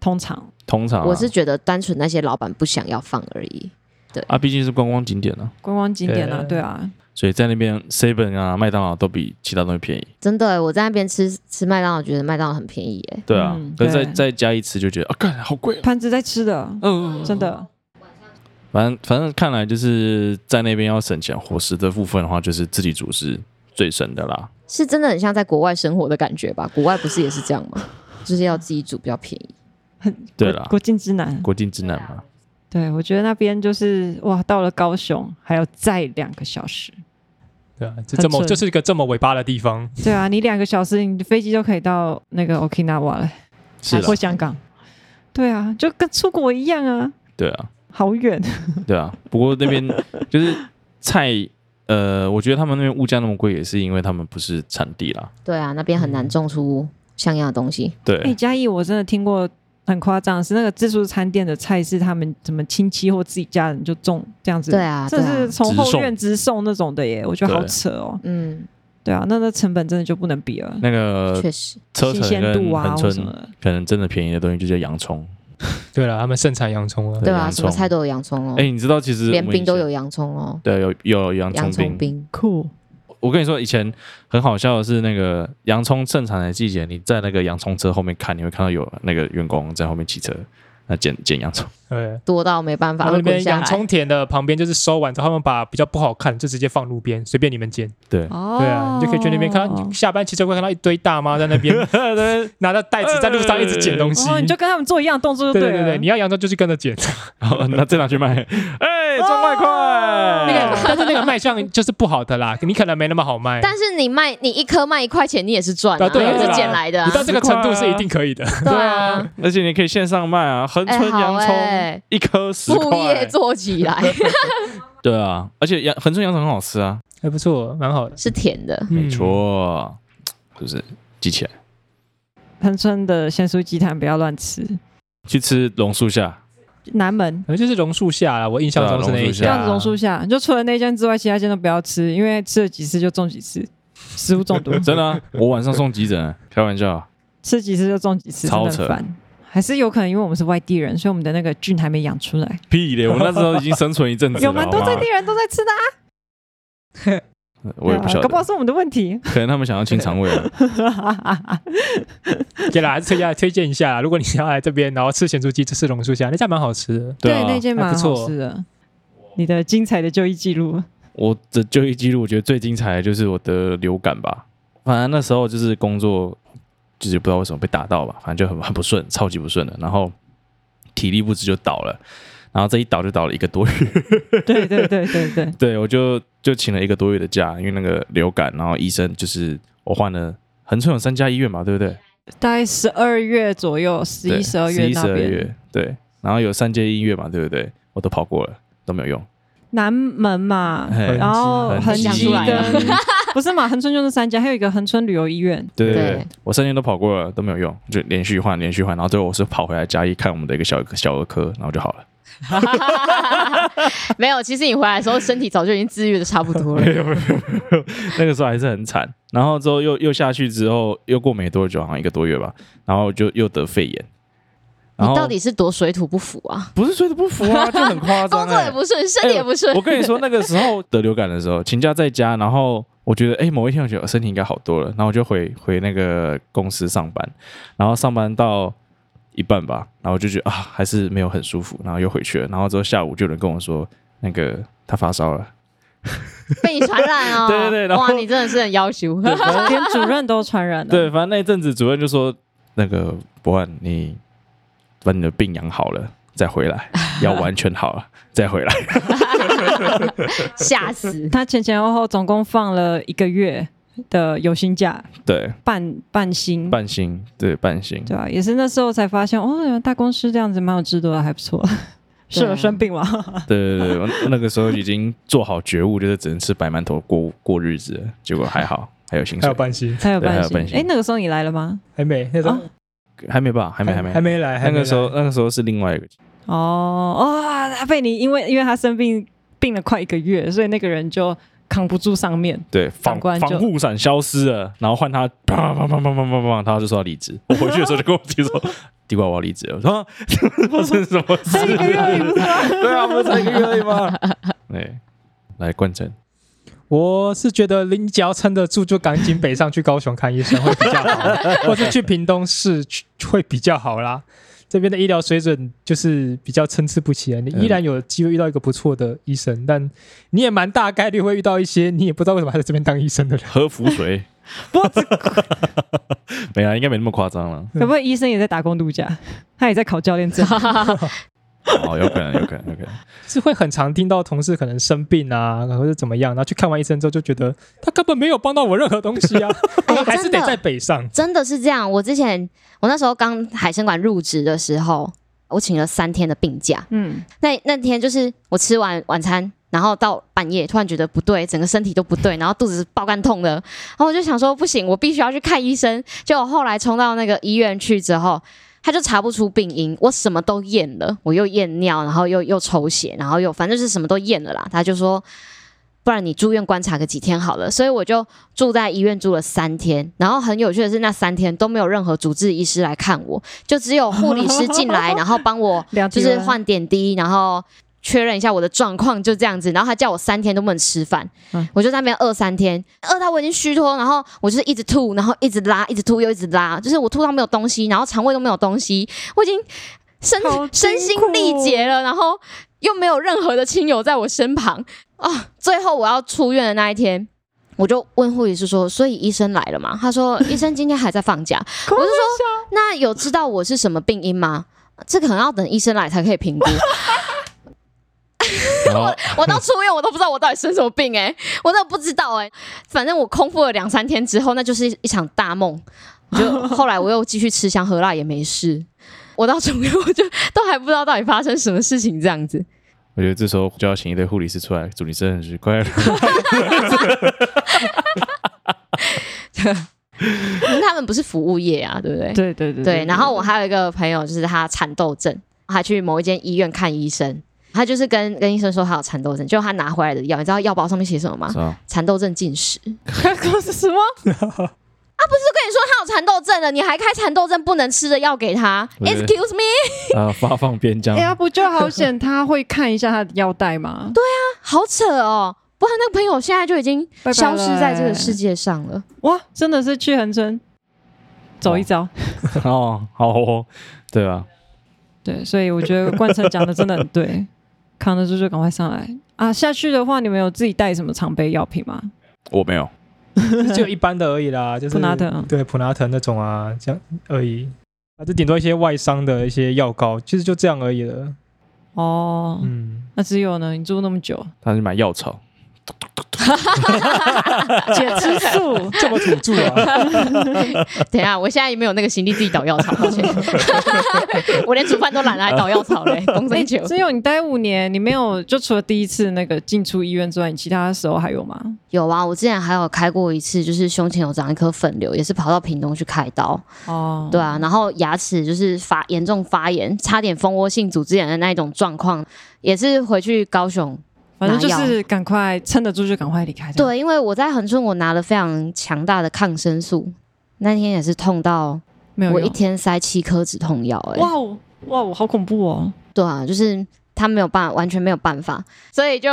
[SPEAKER 2] 通常
[SPEAKER 3] 通常啊、
[SPEAKER 1] 我是觉得单纯那些老板不想要放而已。
[SPEAKER 3] 啊，毕竟是观光景点啊，
[SPEAKER 2] 观光景点啊，
[SPEAKER 4] 对
[SPEAKER 2] 对啊，
[SPEAKER 3] 所以在那边 Seven 啊、麦当劳都比其他东西便宜。
[SPEAKER 1] 真的欸，我在那边吃吃麦当劳，觉得麦当劳很便宜耶。
[SPEAKER 3] 对啊，
[SPEAKER 2] 嗯
[SPEAKER 3] 可是再
[SPEAKER 2] 对
[SPEAKER 3] 再加一次就觉得啊，干好贵、啊。
[SPEAKER 2] 盘子在吃的，
[SPEAKER 3] 嗯、
[SPEAKER 2] 真的
[SPEAKER 3] 反正反正看来就是在那边要省钱，伙食的部分的话，就是自己煮是最省的啦。
[SPEAKER 1] 是真的很像在国外生活的感觉吧？国外不是也是这样
[SPEAKER 2] [LAUGHS]
[SPEAKER 1] 吗？就是要自己煮比较便宜。
[SPEAKER 3] 对
[SPEAKER 2] 国
[SPEAKER 3] 啦，
[SPEAKER 2] 国境之南。
[SPEAKER 3] 国境之南嘛，
[SPEAKER 2] 对，我觉得那边就是哇，到了高雄还要再两个小时。
[SPEAKER 4] 对啊，就这
[SPEAKER 2] 很
[SPEAKER 4] 么
[SPEAKER 2] 准
[SPEAKER 4] 就是一个这么尾巴的地方，
[SPEAKER 2] 对啊，你两个小时，你的飞机就可以到那个 Okinawa 了，
[SPEAKER 3] 是啦
[SPEAKER 2] 或，香港。对啊，就跟出国一样啊，
[SPEAKER 3] 对啊，
[SPEAKER 2] 好远。
[SPEAKER 3] 对啊。不过那边 [LAUGHS] 就是菜，呃，我觉得他们那边物价那么贵，也是因为他们不是产地啦。
[SPEAKER 1] 对啊，那边很难种出像样的东西。
[SPEAKER 3] 对，
[SPEAKER 2] 哎、嘉义我真的听过很夸张，是那个自助餐店的菜是他们怎么亲戚或自己家人就种这样子，
[SPEAKER 1] 对啊
[SPEAKER 2] 这
[SPEAKER 1] 对
[SPEAKER 2] 是
[SPEAKER 1] 啊
[SPEAKER 2] 从
[SPEAKER 3] 直
[SPEAKER 2] 后
[SPEAKER 3] 送
[SPEAKER 2] 院直送那种的耶，我觉得好
[SPEAKER 3] 对
[SPEAKER 2] 扯哦。
[SPEAKER 1] 嗯，
[SPEAKER 2] 对啊，那那成本真的就不能比了，
[SPEAKER 3] 那个
[SPEAKER 1] 确实，
[SPEAKER 3] 车
[SPEAKER 2] 新
[SPEAKER 3] 程
[SPEAKER 2] 鲜
[SPEAKER 3] 跟
[SPEAKER 2] 度啊
[SPEAKER 3] 恒
[SPEAKER 2] 或
[SPEAKER 3] 春
[SPEAKER 2] 什么的。
[SPEAKER 3] 可能真的便宜的东西就叫洋葱。
[SPEAKER 4] [LAUGHS] 对了，他们盛产洋葱啊，
[SPEAKER 1] 对啊，
[SPEAKER 3] 洋
[SPEAKER 1] 什么
[SPEAKER 3] 葱
[SPEAKER 1] 菜都有洋葱哦
[SPEAKER 3] 哎、，你知道其实
[SPEAKER 1] 连
[SPEAKER 3] 我们以
[SPEAKER 1] 冰都
[SPEAKER 3] 前
[SPEAKER 1] 有洋葱哦，
[SPEAKER 3] 对，有有洋
[SPEAKER 1] 洋
[SPEAKER 3] 葱
[SPEAKER 1] 葱
[SPEAKER 3] 冰。
[SPEAKER 1] 冰。
[SPEAKER 2] 酷，
[SPEAKER 3] 我跟你说，以前很好笑的是，那个洋葱盛产的季节，你在那个洋葱车后面看，你会看到有那个员工在后面骑车，那捡捡洋葱。
[SPEAKER 4] 对。
[SPEAKER 1] 多到没办法，
[SPEAKER 4] 他们
[SPEAKER 1] 会
[SPEAKER 4] 那边
[SPEAKER 1] 滚下
[SPEAKER 4] 洋
[SPEAKER 1] 来。
[SPEAKER 4] 葱田的旁边就是收完之后，他们把比较不好看就直接放路边，随便你们捡。
[SPEAKER 3] 对，
[SPEAKER 2] 哦
[SPEAKER 4] 对啊，你就可以去那边看，你下班骑车会看到一堆大妈在那 [LAUGHS] 边拿着袋子在路上一直捡东西。
[SPEAKER 2] 哦，你就跟啊他们做一样的动作就
[SPEAKER 4] 对对
[SPEAKER 2] 了。
[SPEAKER 4] 对对，你要洋葱就去跟着 [LAUGHS] 捡。
[SPEAKER 3] [LAUGHS] 然后那再拿去卖，哎、赚外
[SPEAKER 2] 哦
[SPEAKER 3] 快。哎
[SPEAKER 4] 那个，但是那个卖相就是不好的啦，你可能没那么好卖。
[SPEAKER 1] 但是你卖你一颗卖一块钱，你也是赚啊，
[SPEAKER 4] 啊对啊
[SPEAKER 1] 因为
[SPEAKER 4] 对啊
[SPEAKER 1] 是捡来的啊
[SPEAKER 4] 你，到这个程度是一定可以的。
[SPEAKER 1] 对啊，
[SPEAKER 3] 而且你可以线上卖啊，恒
[SPEAKER 1] 哎
[SPEAKER 3] 春
[SPEAKER 1] 好
[SPEAKER 3] 洋葱、
[SPEAKER 1] 哎，
[SPEAKER 3] 一颗十
[SPEAKER 1] 副业
[SPEAKER 3] 块。
[SPEAKER 1] 做起来 [LAUGHS]
[SPEAKER 3] 对啊，而且洋恒春洋葱很好吃啊，
[SPEAKER 4] 还不错，蛮好的。
[SPEAKER 1] 是甜的，
[SPEAKER 3] 没错，是不是？记起来，
[SPEAKER 2] 恒春的咸酥鸡摊不要乱吃，
[SPEAKER 3] 去吃榕树下。
[SPEAKER 2] 南门。
[SPEAKER 4] 可能就是榕树下啦，我印象中是那一
[SPEAKER 3] 对
[SPEAKER 2] 这
[SPEAKER 3] 啊，
[SPEAKER 2] 样子榕树下，就除了那间之外，其他间都不要吃，因为吃了几次就中几次，食物中毒
[SPEAKER 3] 真的啊、我晚上送急诊，开玩笑啊，
[SPEAKER 2] 吃几次就中几次，真
[SPEAKER 3] 超
[SPEAKER 2] 的
[SPEAKER 3] 扯
[SPEAKER 2] 很烦。还是有可能因为我们是外地人，所以我们的那个菌还没养出来。
[SPEAKER 3] 屁嘞！我那时候已经生存一阵子
[SPEAKER 2] [LAUGHS]
[SPEAKER 3] 了，
[SPEAKER 2] 有蛮多
[SPEAKER 3] 好不
[SPEAKER 2] 在
[SPEAKER 3] 好
[SPEAKER 2] 地人都在吃的啊，
[SPEAKER 3] 我也不晓
[SPEAKER 2] 对啊搞不好
[SPEAKER 3] 得，
[SPEAKER 2] 是我们的问题。
[SPEAKER 3] 可能他们想要清肠胃了。啊
[SPEAKER 4] [LAUGHS] 对啦，还是推荐推荐一下啦。如果你要来这边，然后吃咸猪鸡，就吃榕树下，那家蛮好吃的。
[SPEAKER 3] 啊，
[SPEAKER 2] 那间蛮好吃的。你的精彩的就医记
[SPEAKER 3] [LAUGHS]
[SPEAKER 2] 录，
[SPEAKER 3] 我的就医记录，我觉得最精彩的就是我得流感吧。反正那时候就是工作，就是不知道为什么被打到吧，反正就很很不顺，超级不顺的。然后体力不支就倒了，然后这一倒就倒了一个多月。 [LAUGHS]
[SPEAKER 2] 对对对对对，
[SPEAKER 3] 对，我就就请了一个多月的假，因为那个流感，然后医生就是我换了横村有三家医院嘛，对不对？
[SPEAKER 2] 大概十二月左右，十
[SPEAKER 3] 对
[SPEAKER 2] 一、十二月
[SPEAKER 3] 11
[SPEAKER 2] 那
[SPEAKER 3] 12
[SPEAKER 2] 边，
[SPEAKER 3] 月对，然后有三间医院嘛，对不对？我都跑过了，都没有用。
[SPEAKER 2] 南门嘛，
[SPEAKER 3] 嘿
[SPEAKER 2] 然后
[SPEAKER 1] 痕
[SPEAKER 2] 恒
[SPEAKER 1] 迹
[SPEAKER 2] 基
[SPEAKER 3] [LAUGHS]
[SPEAKER 1] 痕迹
[SPEAKER 2] 跟不是嘛，恒春就是三家，还有一个恒春旅游医院，
[SPEAKER 3] 对对
[SPEAKER 1] 对
[SPEAKER 3] 对，我三年都跑过了，都没有用，就连续换，连续换，然后最后我是跑回来嘉义看我们的一个小小儿科，然后就好了。
[SPEAKER 1] [LAUGHS] 没有，其实你回来的时候，身体早就已经治愈的差不多了。
[SPEAKER 3] [LAUGHS] 没有没有没有，那个时候还是很惨。然后之后又又下去之后，又过没多久，好像一个多月吧，然后就又得肺炎。然
[SPEAKER 1] 你
[SPEAKER 3] 后
[SPEAKER 1] 到底是多水土不服啊？
[SPEAKER 3] 不是水土不服啊，就很夸
[SPEAKER 1] [LAUGHS]
[SPEAKER 3] 张、欸。
[SPEAKER 1] 工作也不顺，身体也不顺。
[SPEAKER 3] 哎我跟你说，那个时候得流感的时候，请假在家，然后我觉得，哎、某一天我觉得呃身体应该好多了，然后我就回回那个公司上班，然后上班到一半吧，然后就觉得啊，还是没有很舒服，然后又回去了，然后之后下午就有人跟我说，那个他发烧了，
[SPEAKER 1] 被你传染哦。
[SPEAKER 3] [LAUGHS] 对对对然后
[SPEAKER 1] 哇，你真的是很要
[SPEAKER 3] [LAUGHS]
[SPEAKER 1] 求。
[SPEAKER 2] [LAUGHS] 连主任都传染了。
[SPEAKER 3] 对，反正那一阵子主任就说，那个博翰，你把你的病养好了再回来，要完全好了再回来。
[SPEAKER 1] [LAUGHS] 吓死！ [LAUGHS]
[SPEAKER 2] 他前前后后总共放了一个月的有薪假，
[SPEAKER 3] 对，
[SPEAKER 2] 半半薪，
[SPEAKER 3] 半薪，对半薪，
[SPEAKER 2] 对啊吧、也是那时候才发现，哦，原来大公司这样子蛮有制度的，还不错。啊是有生病了，
[SPEAKER 3] 对对对，我那个时候已经做好觉悟，就是只能吃白馒头过过日子了，结果还好，还有薪
[SPEAKER 4] 还有
[SPEAKER 3] 水，
[SPEAKER 4] 半薪，
[SPEAKER 2] 才有
[SPEAKER 3] 对还
[SPEAKER 2] 半
[SPEAKER 3] 有半
[SPEAKER 2] 薪。
[SPEAKER 3] 薪
[SPEAKER 2] 哎，那个时候你来了吗？
[SPEAKER 4] 还没那时候
[SPEAKER 2] 啊
[SPEAKER 3] 还没哦吧？还没还没
[SPEAKER 4] 还没来，还
[SPEAKER 3] 那
[SPEAKER 4] 没
[SPEAKER 3] 个时候
[SPEAKER 4] 来
[SPEAKER 3] 那个时候是另外一个，
[SPEAKER 2] 哦，哇、他被你因为因为他生病病了快一个月，所以那个人就扛不住上面。
[SPEAKER 3] 对
[SPEAKER 2] 长
[SPEAKER 3] 防
[SPEAKER 2] 官就
[SPEAKER 3] 防护伞消失了，然后换他，砰砰砰砰砰砰砰，他就说要离职。我回去的时候就跟我弟说，弟怪我要离职了，我说啊发生什么事？
[SPEAKER 2] 才一个月而已不是吗
[SPEAKER 3] 对啊，不是才一个月而已吗？对，来冠城，
[SPEAKER 4] 我是觉得你只要撑得住，就赶紧北上去高雄看医生会比较
[SPEAKER 3] [LAUGHS]
[SPEAKER 4] 好，或是去屏东市去会比较好啦。这边的医疗水准就是比较参差不齐啊，你
[SPEAKER 3] 嗯
[SPEAKER 4] 依然有机会遇到一个不错的医生，但你也蛮大概率会遇到一些你也不知道为什么还在这边当医生的人。
[SPEAKER 3] 喝浮水，没啦，应该没那么夸张了。
[SPEAKER 2] [LAUGHS] 可不可以医生也在打工度假？他也在考教练证。
[SPEAKER 3] 哦，有可能，有可能，有可能。
[SPEAKER 4] 是会很常听到同事可能生病啊，或者怎么样，然后去看完医生之后就觉得他根本没有帮到我任何东西啊，
[SPEAKER 1] 哎
[SPEAKER 4] 还是
[SPEAKER 1] 真
[SPEAKER 4] 得
[SPEAKER 1] 的
[SPEAKER 4] 在
[SPEAKER 1] [LAUGHS]
[SPEAKER 4] 北上。
[SPEAKER 1] 真的是这样。我之前我那时候刚海参馆入职的时候，我请了三天的病假。
[SPEAKER 2] 嗯，
[SPEAKER 1] 那那天就是我吃完晚餐，然后到半夜突然觉得不对，整个身体都不对，然后肚子是爆干痛的，然后我就想说不行，我必须要去看医生。结果后来冲到那个医院去之后。他就查不出病因，我什么都验了，我又验尿，然后又又抽血，然后又反正就是什么都验了啦。他就说，不然你住院观察个几天好了。所以我就住在医院住了三天，然后很有趣的是，那三天都没有任何主治医师来看我，就只有护理师进来，然后帮我
[SPEAKER 2] 了解
[SPEAKER 1] 就
[SPEAKER 2] 了
[SPEAKER 1] 是换点滴，然后确认一下我的状况，就这样子。然后他叫我三天都不能吃饭，
[SPEAKER 2] 嗯
[SPEAKER 1] 我就在那边饿三天，饿到我已经虚脱，然后我就是一直吐，然后一直拉，一直吐又一直拉，就是我吐到没有东西，然后肠胃都没有东西，我已经身
[SPEAKER 2] 好辛苦哦
[SPEAKER 1] 身心力竭了，然后又没有任何的亲友在我身旁啊。最后我要出院的那一天。我就问护理师说：“所以医生来了吗？”他说：“医生今天还在放假。”我就说：“那有知道我是什么病因吗？这个可能要等医生来才可以评估。
[SPEAKER 3] 然后
[SPEAKER 1] 我到出院我都不知道我到底生什么病哎、我都不知道哎、反正我空腹了两三天之后，那就是一场大梦。我就 [LAUGHS] 后来我又继续吃香喝辣也没事，我到出院我就都还不知道到底发生什么事情这样子。 [LAUGHS]
[SPEAKER 3] 我觉得这时候就要请一堆护理师出来，祝你生日快乐。
[SPEAKER 1] 可是他们不是服务业啊，对不对？
[SPEAKER 2] 对对对
[SPEAKER 1] 对，然后我还有一个朋友，就是他蚕豆症，他去某一间医院看医生，他就是跟跟医生说他有蚕豆症，就他拿回来的药，你知道药包上面写什么吗
[SPEAKER 3] 是？吧？
[SPEAKER 1] 蚕豆症禁食。我
[SPEAKER 2] 公司什么？
[SPEAKER 1] 跟你说他有蚕豆症了，你还开蚕豆症不能吃的药给他
[SPEAKER 3] 我觉得
[SPEAKER 1] ？Excuse me，
[SPEAKER 3] 啊，发放边疆
[SPEAKER 2] 哎，呀，不就好险？他会看一下他的腰带吗？对，
[SPEAKER 1] 好扯哦！不然那个朋友现在就已经
[SPEAKER 2] 拜拜
[SPEAKER 1] 消失在这
[SPEAKER 2] 了
[SPEAKER 1] 个世界上了。
[SPEAKER 2] 哇，真的是去横村走一遭。
[SPEAKER 3] [LAUGHS] 哦，好哦，对啊，
[SPEAKER 2] 对，所以我觉得冠城讲的真的很对，扛得住就赶快上来啊！下去的话，你们有自己带什么常备药品吗？
[SPEAKER 3] 我没有，
[SPEAKER 4] 就一般的而已啦，就是
[SPEAKER 2] 普拿疼啊
[SPEAKER 4] 对普拿疼那种啊，这样而已。啊，就顶多一些外伤的一些药膏，其实就这样而已了。
[SPEAKER 2] 哦，
[SPEAKER 4] 嗯，
[SPEAKER 2] 那只有呢，你住那么久，
[SPEAKER 3] 他去买药草，
[SPEAKER 2] [LAUGHS] 解吃素，
[SPEAKER 4] [LAUGHS] 这么土著啊，
[SPEAKER 1] [LAUGHS] 等一下，我现在也没有那个心力自己捣药草，抱歉， [LAUGHS] 我连煮饭都懒得来捣药草嘞，公
[SPEAKER 2] 哎
[SPEAKER 1] 生球。
[SPEAKER 2] 只有你待五年，你没有就除了第一次那个进出医院之外，你其他的时候还有吗？
[SPEAKER 1] 有啊，我之前还有开过一次，就是胸前有长一颗粉瘤，也是跑到屏东去开刀。
[SPEAKER 2] 哦，
[SPEAKER 1] 对啊，然后牙齿就是发严重发炎，差点蜂窝性组织炎的那一种状况，也是回去高雄。
[SPEAKER 2] 反正就
[SPEAKER 1] 拿
[SPEAKER 2] 是赶快撑得住就赶快离开。，
[SPEAKER 1] 对，因为我在恒春，我拿了非常强大的抗生素，那天也是痛到
[SPEAKER 2] 没有
[SPEAKER 1] 我
[SPEAKER 2] 用
[SPEAKER 1] 一天塞七颗止痛药、欸。
[SPEAKER 2] 哇哦哇哦，好恐怖哦！
[SPEAKER 1] 对啊，就是他没有办法，完全没有办法，所以就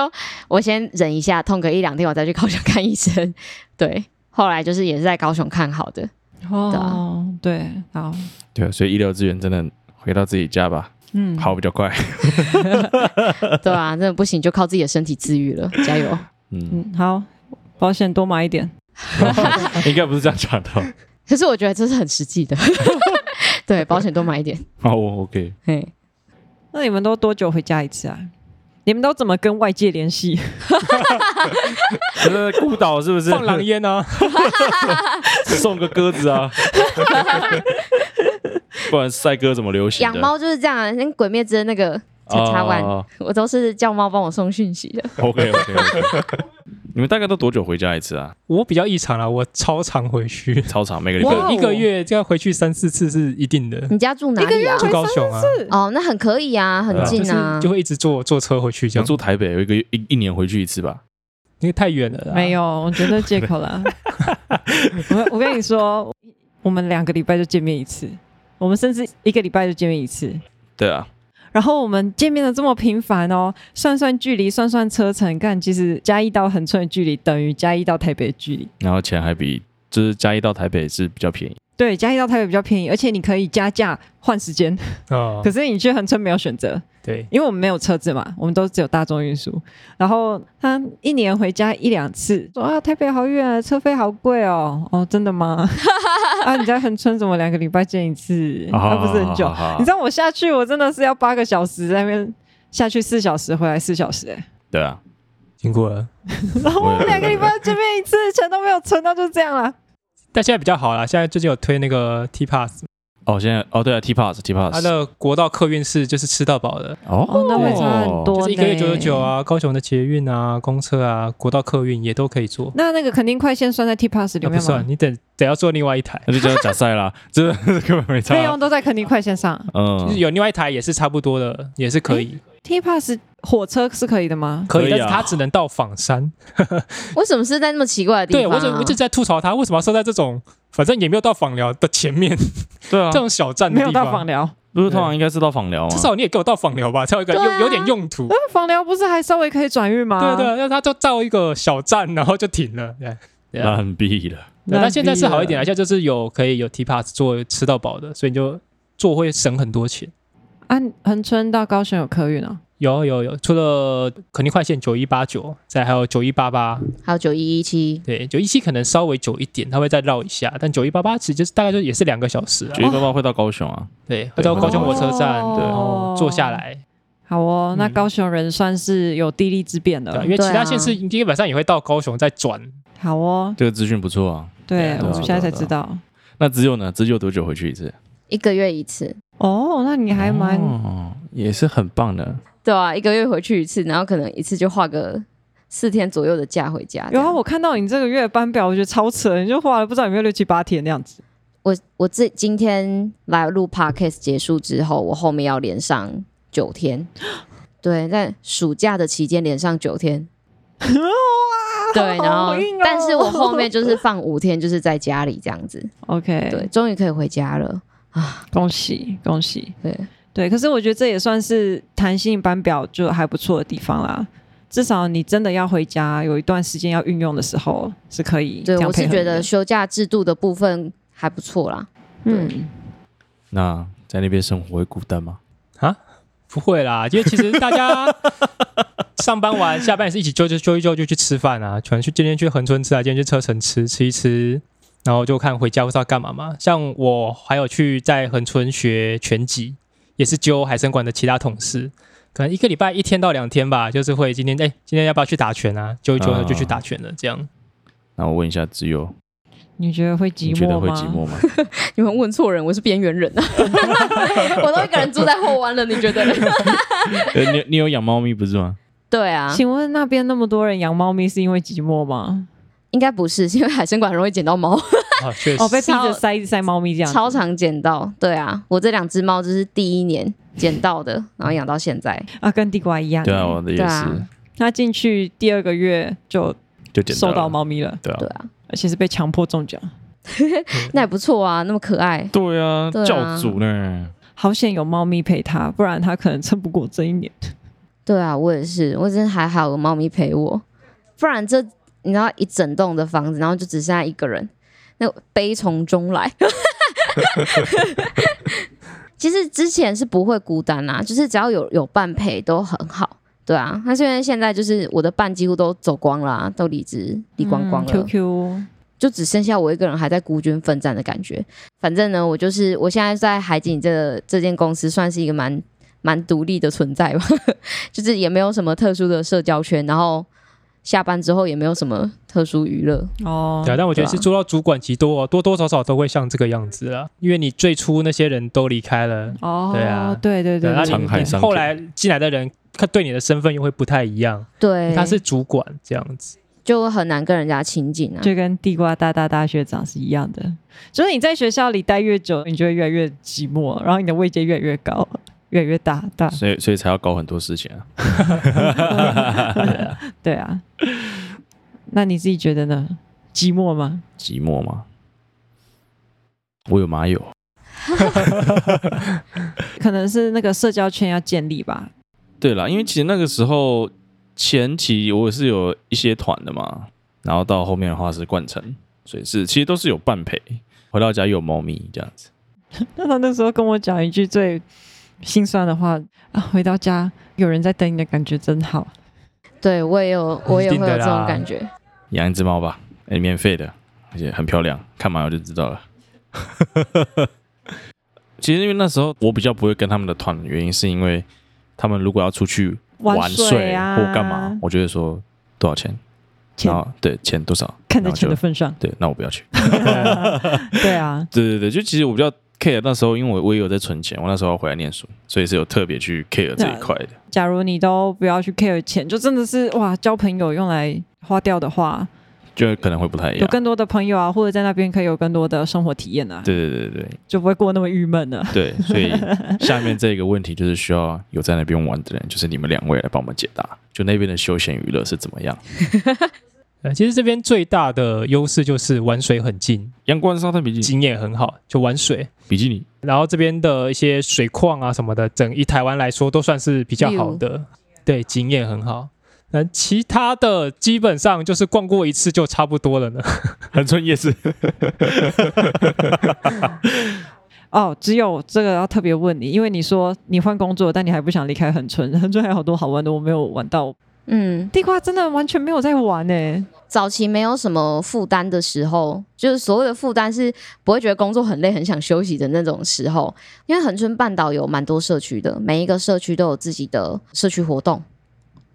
[SPEAKER 1] 我先忍一下，痛个一两天，我再去高雄看医生。对，后来就是也是在高雄看好的。
[SPEAKER 2] 哦，对，好，
[SPEAKER 3] 对啊，所以医疗资源真的回到自己家吧，
[SPEAKER 2] 嗯，
[SPEAKER 3] 好比较快。
[SPEAKER 1] 对啊，真的不行就靠自己的身体治愈了，加油！
[SPEAKER 3] 嗯，
[SPEAKER 2] 嗯，好，保险多买一点。
[SPEAKER 3] 应该不是这样讲的 [LAUGHS] 哦。
[SPEAKER 1] 可是我觉得这是很实际的， [LAUGHS] 对，保险多买一点。
[SPEAKER 3] 哦，OK，
[SPEAKER 1] 嘿，
[SPEAKER 2] 那你们都多久回家一次啊？你们都怎么跟外界联系？
[SPEAKER 3] 呃，孤岛是不是
[SPEAKER 4] 放
[SPEAKER 3] [LAUGHS]
[SPEAKER 4] 狼烟啊，
[SPEAKER 3] 送个鸽子啊？不然赛鸽怎么流行
[SPEAKER 1] 养
[SPEAKER 3] 的？
[SPEAKER 1] 猫就是这样啊，那《鬼灭之刃》那个叉叉万，
[SPEAKER 3] 哦
[SPEAKER 1] 我都是叫猫帮我送讯息的。
[SPEAKER 3] OK OK OK。你们大概都多久回家一次啊？
[SPEAKER 4] 我比较异常啦，我超常回去，
[SPEAKER 3] 操场每个礼
[SPEAKER 2] 哇哦
[SPEAKER 3] 拜
[SPEAKER 4] 我一个月就要回去三四次是一定的，
[SPEAKER 1] 你家住哪里啊？
[SPEAKER 4] 住高雄啊，
[SPEAKER 1] 哦，那很可以啊，很
[SPEAKER 4] 就
[SPEAKER 1] 近
[SPEAKER 4] 是
[SPEAKER 1] 啊。
[SPEAKER 4] 就会一直坐坐车回去这
[SPEAKER 3] 想
[SPEAKER 4] 样，
[SPEAKER 3] 住台北，有一个月一一年回去一次吧。
[SPEAKER 4] 因为太远了啦。
[SPEAKER 2] [LAUGHS] 没有，我觉得借口啦。 [LAUGHS] 我我跟你说，我们两个礼拜就见面一次，我们甚至一个礼拜就见面一次。
[SPEAKER 3] 对啊，
[SPEAKER 2] 然后我们见面的这么频繁哦，算算距离，算算车程，看其实嘉义到恒春的距离等于嘉义到台北的距离。
[SPEAKER 3] 然后钱还比就是嘉义到台北是比较便宜。
[SPEAKER 2] 对，嘉义到台北比较便宜，而且你可以加价换时间。
[SPEAKER 4] 啊
[SPEAKER 2] 可，是你去恒春没有选择，
[SPEAKER 4] 对，
[SPEAKER 2] 因为我们没有车子嘛，我们都只有大众运输。然后他一年回家一两次，说啊，台北好远啊，车费好贵哦。哦，真的吗？ [LAUGHS] 啊，你在恒春怎么两个礼拜见一
[SPEAKER 3] [LAUGHS]
[SPEAKER 2] 次？啊，不是很久。你
[SPEAKER 3] 你
[SPEAKER 2] 知道我下去，我真的是要八个小时在那边下去四小时，回来四小时、欸。
[SPEAKER 3] 对啊，
[SPEAKER 4] 经过了。
[SPEAKER 2] 然后我们两个礼拜见面一次，钱都没有存，那就这样啦。
[SPEAKER 4] 但现在比较好啦，现在最近有推那个 T Pass，
[SPEAKER 3] 哦，现在哦对啊，T Pass T
[SPEAKER 4] 它
[SPEAKER 3] Pass
[SPEAKER 4] 的国道客运是就是吃到饱的，
[SPEAKER 2] 哦，那会差很多、
[SPEAKER 4] 就
[SPEAKER 2] 呢
[SPEAKER 4] 是一个月九九九。啊，高雄的捷运啊、公车啊、国道客运也都可以坐。啊
[SPEAKER 2] 那那个肯定快线算在 T Pass 里
[SPEAKER 4] 那不
[SPEAKER 2] 面吗
[SPEAKER 4] 算，？你得得要坐另外一台，
[SPEAKER 3] 哦那就叫假赛啦， [LAUGHS] 这根本
[SPEAKER 2] 费
[SPEAKER 3] 没差
[SPEAKER 2] 用。都在肯定快线上。
[SPEAKER 4] 就是
[SPEAKER 3] 嗯，
[SPEAKER 4] 有另外一台也是差不多的，也是可以，
[SPEAKER 2] T Pass 火车是可以的吗？
[SPEAKER 4] 可
[SPEAKER 3] 可以
[SPEAKER 4] 以，但
[SPEAKER 3] 啊
[SPEAKER 4] 是它只能到仿山。
[SPEAKER 1] 为什么是在那么奇怪的地
[SPEAKER 4] 对
[SPEAKER 1] 方、啊？
[SPEAKER 4] 我就我就在吐槽它为什么要设在这种反正也没有到访寮的前面
[SPEAKER 3] 对啊
[SPEAKER 4] 这，种小站的
[SPEAKER 2] 没有
[SPEAKER 4] 地
[SPEAKER 2] 到访
[SPEAKER 4] 方，
[SPEAKER 2] 寮，
[SPEAKER 3] 不是通常应该是到访寮啊吗
[SPEAKER 4] 至？少你也给我到访寮吧，才有一个
[SPEAKER 1] 对啊
[SPEAKER 4] 有有点用途。
[SPEAKER 2] 那访寮不是还稍微可以转运吗？
[SPEAKER 4] 对啊对，那它就造一个小站，然后就停了。对，对啊
[SPEAKER 3] 烂逼
[SPEAKER 2] 哦
[SPEAKER 3] 了，
[SPEAKER 4] 对，但现在是好一点啊了，
[SPEAKER 2] 了
[SPEAKER 4] 现在就是有可以有 T Pass 做吃到饱的，所以你就做会省很多钱。
[SPEAKER 2] 啊！恒春到高雄有客运哦，
[SPEAKER 4] 有有有，除了肯定快线九一八九，再还有九一八八，
[SPEAKER 1] 还有九一一七，
[SPEAKER 4] 对，九一七可能稍微久一点，它会再绕一下，但九一八八其实就是大概就也是两个小时啊
[SPEAKER 3] 九。一八八会到高雄啊。
[SPEAKER 4] 对，会到高雄火车站，
[SPEAKER 2] 哦
[SPEAKER 4] 对然后坐下来，
[SPEAKER 2] 好哦，那
[SPEAKER 4] 嗯
[SPEAKER 2] 高雄人算是有地利之便
[SPEAKER 4] 对啊，
[SPEAKER 2] 的
[SPEAKER 4] 因。为其
[SPEAKER 1] 对
[SPEAKER 4] 他
[SPEAKER 1] 啊
[SPEAKER 4] 县市基本上也会到高雄再转，
[SPEAKER 2] 好哦，
[SPEAKER 3] 这个资讯不错啊。
[SPEAKER 4] 对
[SPEAKER 2] 对
[SPEAKER 4] 啊
[SPEAKER 2] 我
[SPEAKER 4] 对啊
[SPEAKER 2] 现在才
[SPEAKER 3] 对啊
[SPEAKER 2] 知道。
[SPEAKER 3] 那只有呢？只有多久回去一次？
[SPEAKER 1] 一个月一次，
[SPEAKER 2] 哦，那你还蛮
[SPEAKER 3] 哦，也是很棒的。
[SPEAKER 1] 对啊，一个月回去一次，然后可能一次就画个四天左右的假回家。这
[SPEAKER 2] 有
[SPEAKER 1] 样
[SPEAKER 2] 啊！我看到你这个月的班表，我觉得超扯，你就花了不知道有没有六七八天那样子。
[SPEAKER 1] 我我这今天来录 podcast 结束之后，我后面要连上九 [GASPS] 天，对，在暑假的期间连上九天，
[SPEAKER 2] 哇，
[SPEAKER 1] [LAUGHS] 对，然
[SPEAKER 2] [LAUGHS] 好
[SPEAKER 1] 后、
[SPEAKER 2] 硬哦
[SPEAKER 1] 但是我后
[SPEAKER 2] [LAUGHS]
[SPEAKER 1] 面就是放五天，就是在家里这样子，
[SPEAKER 2] OK，
[SPEAKER 1] [LAUGHS] 对，终于可以回家了，
[SPEAKER 2] 恭喜恭喜，
[SPEAKER 1] 对
[SPEAKER 2] 对，可是我觉得这也算是弹性班表就还不错的地方啦。至少你真的要回家，有一段时间要运用的时候是可以这
[SPEAKER 1] 对，
[SPEAKER 2] 样
[SPEAKER 1] 我
[SPEAKER 2] 配
[SPEAKER 1] 是
[SPEAKER 2] 合
[SPEAKER 1] 觉
[SPEAKER 2] 你啊的
[SPEAKER 1] 得休假制度的部分还不错啦，
[SPEAKER 2] 嗯，
[SPEAKER 3] 那在那边生活会孤单吗？
[SPEAKER 4] 不会啦，因为其实大家上班完下班也是一起揪揪揪一揪就去吃饭啊，可能去今天去恒春吃啊，今天去车城吃吃一吃，然后就看回家不知道干嘛嘛。像我还有去在恒春学拳击，也是揪海参馆的其他同事，可能一个礼拜一天到两天吧，就是会今天哎、今天要不要去打拳啊？揪一揪
[SPEAKER 3] 啊
[SPEAKER 4] 就去打拳了，这样。
[SPEAKER 3] 那我问一下自由，
[SPEAKER 2] 你觉得会寂
[SPEAKER 3] 你觉
[SPEAKER 2] 寞
[SPEAKER 3] 得会
[SPEAKER 2] 吗？
[SPEAKER 3] 寂寞吗？
[SPEAKER 1] 你们问错人，我是边缘 [LAUGHS] 人啊，我都一个人住在后湾了，你觉得呢？
[SPEAKER 3] 呃你你有养猫咪不是吗？
[SPEAKER 1] [LAUGHS] 对啊，
[SPEAKER 2] 请问那边那么多人养猫咪是因为寂寞吗？
[SPEAKER 1] 应该不是，是因为海参馆很容易捡到 [LAUGHS] 猫，
[SPEAKER 4] 啊，确实
[SPEAKER 2] 哦，，被逼
[SPEAKER 1] 超
[SPEAKER 2] 着塞一直塞猫咪这样子，
[SPEAKER 1] 超常捡到。对啊，我这两只猫就是第一年捡到的，然后养到现在。
[SPEAKER 2] 啊，跟地瓜一样。
[SPEAKER 3] 对啊，我的也
[SPEAKER 1] 对
[SPEAKER 3] 是
[SPEAKER 1] 啊，
[SPEAKER 2] 他进去第二个月就
[SPEAKER 3] 就捡
[SPEAKER 2] 收
[SPEAKER 3] 到
[SPEAKER 2] 到
[SPEAKER 3] 了？
[SPEAKER 2] 猫咪了，
[SPEAKER 3] 对啊
[SPEAKER 1] 对，啊，
[SPEAKER 2] 而且是被强迫中奖，
[SPEAKER 1] 那也不错啊，那么可爱。
[SPEAKER 3] 对啊，
[SPEAKER 1] 对啊
[SPEAKER 3] 教主呢？
[SPEAKER 2] 好险有猫咪陪他，不然他可能撑不过这一年。
[SPEAKER 1] 对啊，我也是，我真的还好有猫咪陪我，不然这你知道一整栋的房子，然后就只剩下一个人，那悲从中来。 [LAUGHS] 其实之前是不会孤单啦、就是只要有有伴陪都很好，对啊。但是因为现在就是我的伴几乎都走光啦、都离职离光
[SPEAKER 2] 嗯
[SPEAKER 1] 光了、
[SPEAKER 2] QQ
[SPEAKER 1] 就只剩下我一个人还在孤军奋战的感觉。反正呢，我就是我现在在海景这这间公司算是一个蛮蛮独立的存在吧， [LAUGHS] 就是也没有什么特殊的社交圈，然后下班之后也没有什么特殊娱乐。
[SPEAKER 2] 哦
[SPEAKER 4] 对啊，，但我觉得
[SPEAKER 1] 对啊
[SPEAKER 4] 是做到主管级多多多少少都会像这个样子啦，因为你最初那些人都离开了，
[SPEAKER 2] 哦，
[SPEAKER 4] 对啊
[SPEAKER 2] 对对对
[SPEAKER 4] 对，那
[SPEAKER 2] 对，
[SPEAKER 3] 沧海
[SPEAKER 4] 你
[SPEAKER 3] 桑
[SPEAKER 4] 后
[SPEAKER 3] 田
[SPEAKER 4] 来进来的人，他对你的身份又会不太一样，
[SPEAKER 1] 对，
[SPEAKER 4] 他是主管这样子，
[SPEAKER 1] 就很难跟人家亲近啊。
[SPEAKER 2] 就跟地瓜大大大学长是一样的，就是你在学校里待越久，你就会越来越寂寞，然后你的位阶越来越高，越来越大
[SPEAKER 1] 啊
[SPEAKER 3] [LAUGHS]
[SPEAKER 2] 大。
[SPEAKER 3] 所以所以才要搞很多事情
[SPEAKER 1] [LAUGHS]
[SPEAKER 3] 啊。
[SPEAKER 2] 对啊，那你自己觉得呢？寂寞吗？
[SPEAKER 3] 寂寞吗？我有麻友，
[SPEAKER 2] 可能是那个社交圈要建立吧。
[SPEAKER 3] 对啦，因为其实那个时候前期我是有一些团的嘛，然后到后面的话是冠城，所以是其实都是有伴陪。回到家有猫咪这样子，
[SPEAKER 2] 那他那时候跟我讲一句最心酸的话啊，回到家有人在等你的感觉真好。
[SPEAKER 1] 对我也有，我也
[SPEAKER 4] 一定
[SPEAKER 1] 会
[SPEAKER 4] 的
[SPEAKER 1] 有
[SPEAKER 4] 啦
[SPEAKER 1] 这种感觉。
[SPEAKER 3] 养一只猫吧，哎、免费的，而且很漂亮，看麻友就知道了。 [LAUGHS] 其实因为那时候我比较不会跟他们的团，原因是因为他们如果要出去玩
[SPEAKER 2] 水啊，
[SPEAKER 3] 或干嘛，我就会说多少钱，
[SPEAKER 2] 钱
[SPEAKER 3] 然后对钱多少，
[SPEAKER 2] 看在
[SPEAKER 3] 然后就。
[SPEAKER 2] 钱的份上
[SPEAKER 3] [LAUGHS] 对，那我不要去。
[SPEAKER 2] 对啊，
[SPEAKER 3] 对对对，就其实我比较 care 那时候，因为我我也有在存钱，我那时候要回来念书，所以是有特别去 care
[SPEAKER 2] 啊
[SPEAKER 3] 这一块的。
[SPEAKER 2] 假如你都不要去 care 钱，就真的是哇，交朋友用来花掉的话，
[SPEAKER 3] 就可能会不太一
[SPEAKER 2] 有
[SPEAKER 3] 样。
[SPEAKER 2] 更多的朋友啊，或者在那边可以有更多的生活体验啊，
[SPEAKER 3] 对对对对
[SPEAKER 2] 就不会过那么郁闷啊了。
[SPEAKER 3] 对，所以下面这个问题就是需要有在那边玩的人，就是你们两位来帮我们解答，就那边的休闲娱乐是怎么样？
[SPEAKER 4] 呃，其实这边最大的优势就是玩水很近，
[SPEAKER 3] 阳光沙滩比基尼，
[SPEAKER 4] 经验很好，就玩水。
[SPEAKER 3] 比基尼
[SPEAKER 4] 然后这边的一些水矿啊什么的，整一台湾来说都算是比较好的，对，经验很好。那其他的基本上就是逛过一次就差不多了呢。
[SPEAKER 3] 横村夜市，
[SPEAKER 2] 哦，只有这个要特别问你，因为你说你换工作，但你还不想离开恒春， [LAUGHS] 恒春还有好多好玩的，我没有玩到。
[SPEAKER 1] 嗯，
[SPEAKER 2] 地瓜真的完全没有在玩欸呢、
[SPEAKER 1] 早期没有什么负担的时候，就是所谓的负担是不会觉得工作很累、很想休息的那种时候。因为恒春半岛有蛮多社区的，每一个社区都有自己的社区活动，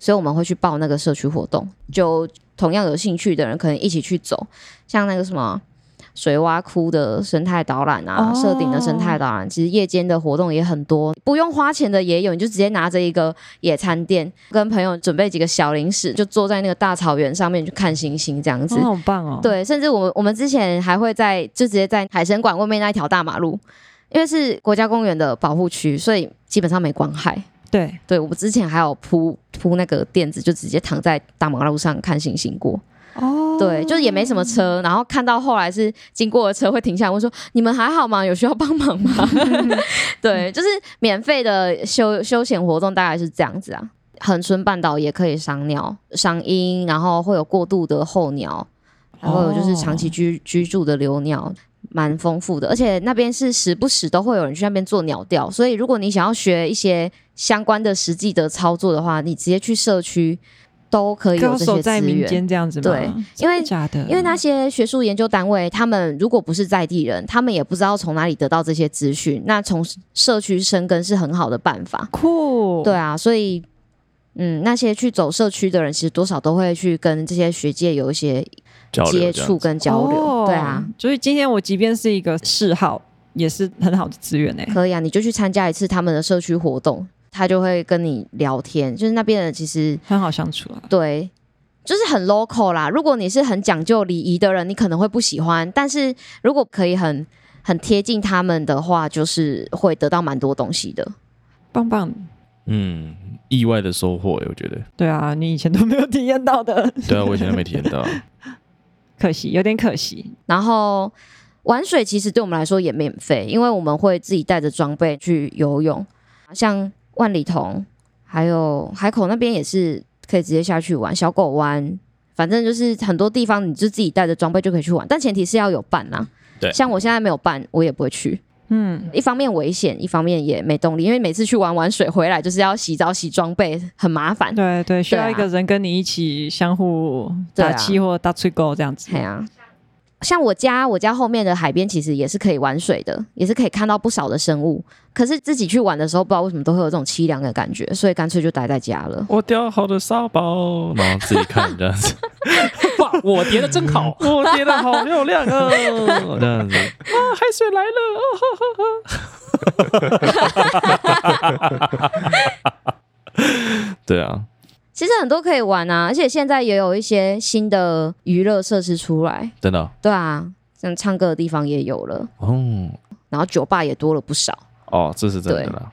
[SPEAKER 1] 所以我们会去报那个社区活动。就同样有兴趣的人，可能一起去走，像那个什么。水洼窟的生态导览啊，
[SPEAKER 2] 哦
[SPEAKER 1] 社顶的生态导览，其实夜间的活动也很多，不用花钱的也有，你就直接拿着一个野餐垫，跟朋友准备几个小零食，就坐在那个大草原上面去看星星这样子。
[SPEAKER 2] 哦，好棒哦！，
[SPEAKER 1] 对，甚至我们我们之前还会在就直接在海参馆外面那一条大马路，因为是国家公园的保护区，所以基本上没光害。
[SPEAKER 2] 对，
[SPEAKER 1] 对我们之前还有铺铺那个垫子，就直接躺在大马路上看星星过。
[SPEAKER 2] 哦，
[SPEAKER 1] 对，就是也没什么车，然后看到后来是经过的车会停下来问说：“你们还好吗？有需要帮忙吗？” [LAUGHS] 对，就是免费的休休闲活动大概是这样子啊。恒春半岛也可以赏鸟、赏鹰，然后会有过渡的候鸟，然后有就是长期居居住的留鸟，蛮丰富的。而且那边是时不时都会有人去那边做鸟调，所以如果你想要学一些相关的实际的操作的话，你直接去社区都可以有
[SPEAKER 2] 高
[SPEAKER 1] 这
[SPEAKER 2] 手
[SPEAKER 1] 些
[SPEAKER 2] 在
[SPEAKER 1] 资
[SPEAKER 2] 民
[SPEAKER 1] 源。
[SPEAKER 2] 间这样子吗？哦
[SPEAKER 1] 对因为
[SPEAKER 2] 真的假的，
[SPEAKER 1] 因为那些学术研究单位，他们如果不是在地人，他们也不知道从哪里得到这些资讯。那从社区生根是很好的办法。
[SPEAKER 2] 酷，
[SPEAKER 1] 对啊，所以嗯，那些去走社区的人，其实多少都会去跟这些学界有一些
[SPEAKER 3] 交流
[SPEAKER 1] 接
[SPEAKER 3] 这样
[SPEAKER 1] 触跟交流。
[SPEAKER 2] 哦
[SPEAKER 1] 对啊，，
[SPEAKER 2] 所以今天我即便是一个嗜好，也是很好的资源哎、
[SPEAKER 1] 可以啊，你就去参加一次他们的社区活动，他就会跟你聊天。就是那边的其实
[SPEAKER 2] 很好相处啊。
[SPEAKER 1] 对，就是很 local 啦。如果你是很讲究礼仪的人，你可能会不喜欢；但是如果可以很很贴近他们的话，就是会得到蛮多东西的。
[SPEAKER 2] 棒棒，
[SPEAKER 3] 嗯，意外的收获，我觉得。
[SPEAKER 2] 对啊，你以前都没有体验到的，
[SPEAKER 3] 对啊， [LAUGHS] 我以前都没体验到。
[SPEAKER 2] [LAUGHS] 可惜，有点可惜。
[SPEAKER 1] 然后玩水其实对我们来说也免费，因为我们会自己带着装备去游泳，像万里桐还有海口那边也是可以直接下去玩，小狗湾。反正就是很多地方，你就自己带着装备就可以去玩，但前提是要有伴啦、
[SPEAKER 3] 对
[SPEAKER 1] 像我现在没有伴，我也不会去。
[SPEAKER 2] 嗯，
[SPEAKER 1] 一方面危险，一方面也没动力，因为每次去玩玩水回来就是要洗澡、洗装备，很麻烦。
[SPEAKER 2] 对对，需要
[SPEAKER 1] 对啊
[SPEAKER 2] 一个人跟你一起相互
[SPEAKER 1] 对啊
[SPEAKER 2] 打气或打吹狗这样子
[SPEAKER 1] 哎。呀、像我家，我家后面的海边其实也是可以玩水的，也是可以看到不少的生物。可是自己去玩的时候，不知道为什么都会有这种凄凉的感觉，所以干脆就待在家了。
[SPEAKER 3] [LAUGHS] 我雕好的沙包，然后自己看这样子，，
[SPEAKER 4] 哇，我叠的真好
[SPEAKER 3] [LAUGHS] 我叠的好漂亮
[SPEAKER 4] [LAUGHS]
[SPEAKER 3] 啊，这样子啊，海水来了，啊哈哈哈。 [LAUGHS] 对啊，
[SPEAKER 1] 其实很多可以玩啊，而且现在也有一些新的娱乐设施出来，
[SPEAKER 3] 真的哦
[SPEAKER 1] 对啊，像唱歌的地方也有了，
[SPEAKER 3] 哦
[SPEAKER 1] 然后酒吧也多了不少。
[SPEAKER 3] 哦，这是真的啦。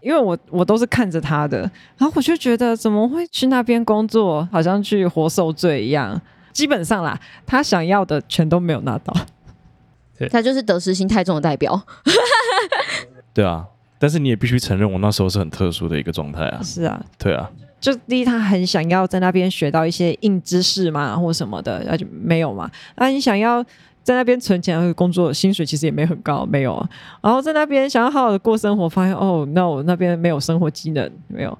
[SPEAKER 2] 因为我我都是看着他的，然后我就觉得怎么会去那边工作，好像去活受罪一样。基本上啦，他想要的全都没有拿到。
[SPEAKER 1] 他就是得失心太重的代表，
[SPEAKER 3] 对啊，但是你也必须承认，我那时候是很特殊的一个状态啊。
[SPEAKER 2] 是啊，
[SPEAKER 3] 对啊，
[SPEAKER 2] 就第一，他很想要在那边学到一些硬知识嘛，或什么的，那就没有嘛。那你想要在那边存钱，或者工作薪水其实也没很高，没有啊。然后在那边想要好好的过生活，发现哦，那我那边没有生活机能，没有。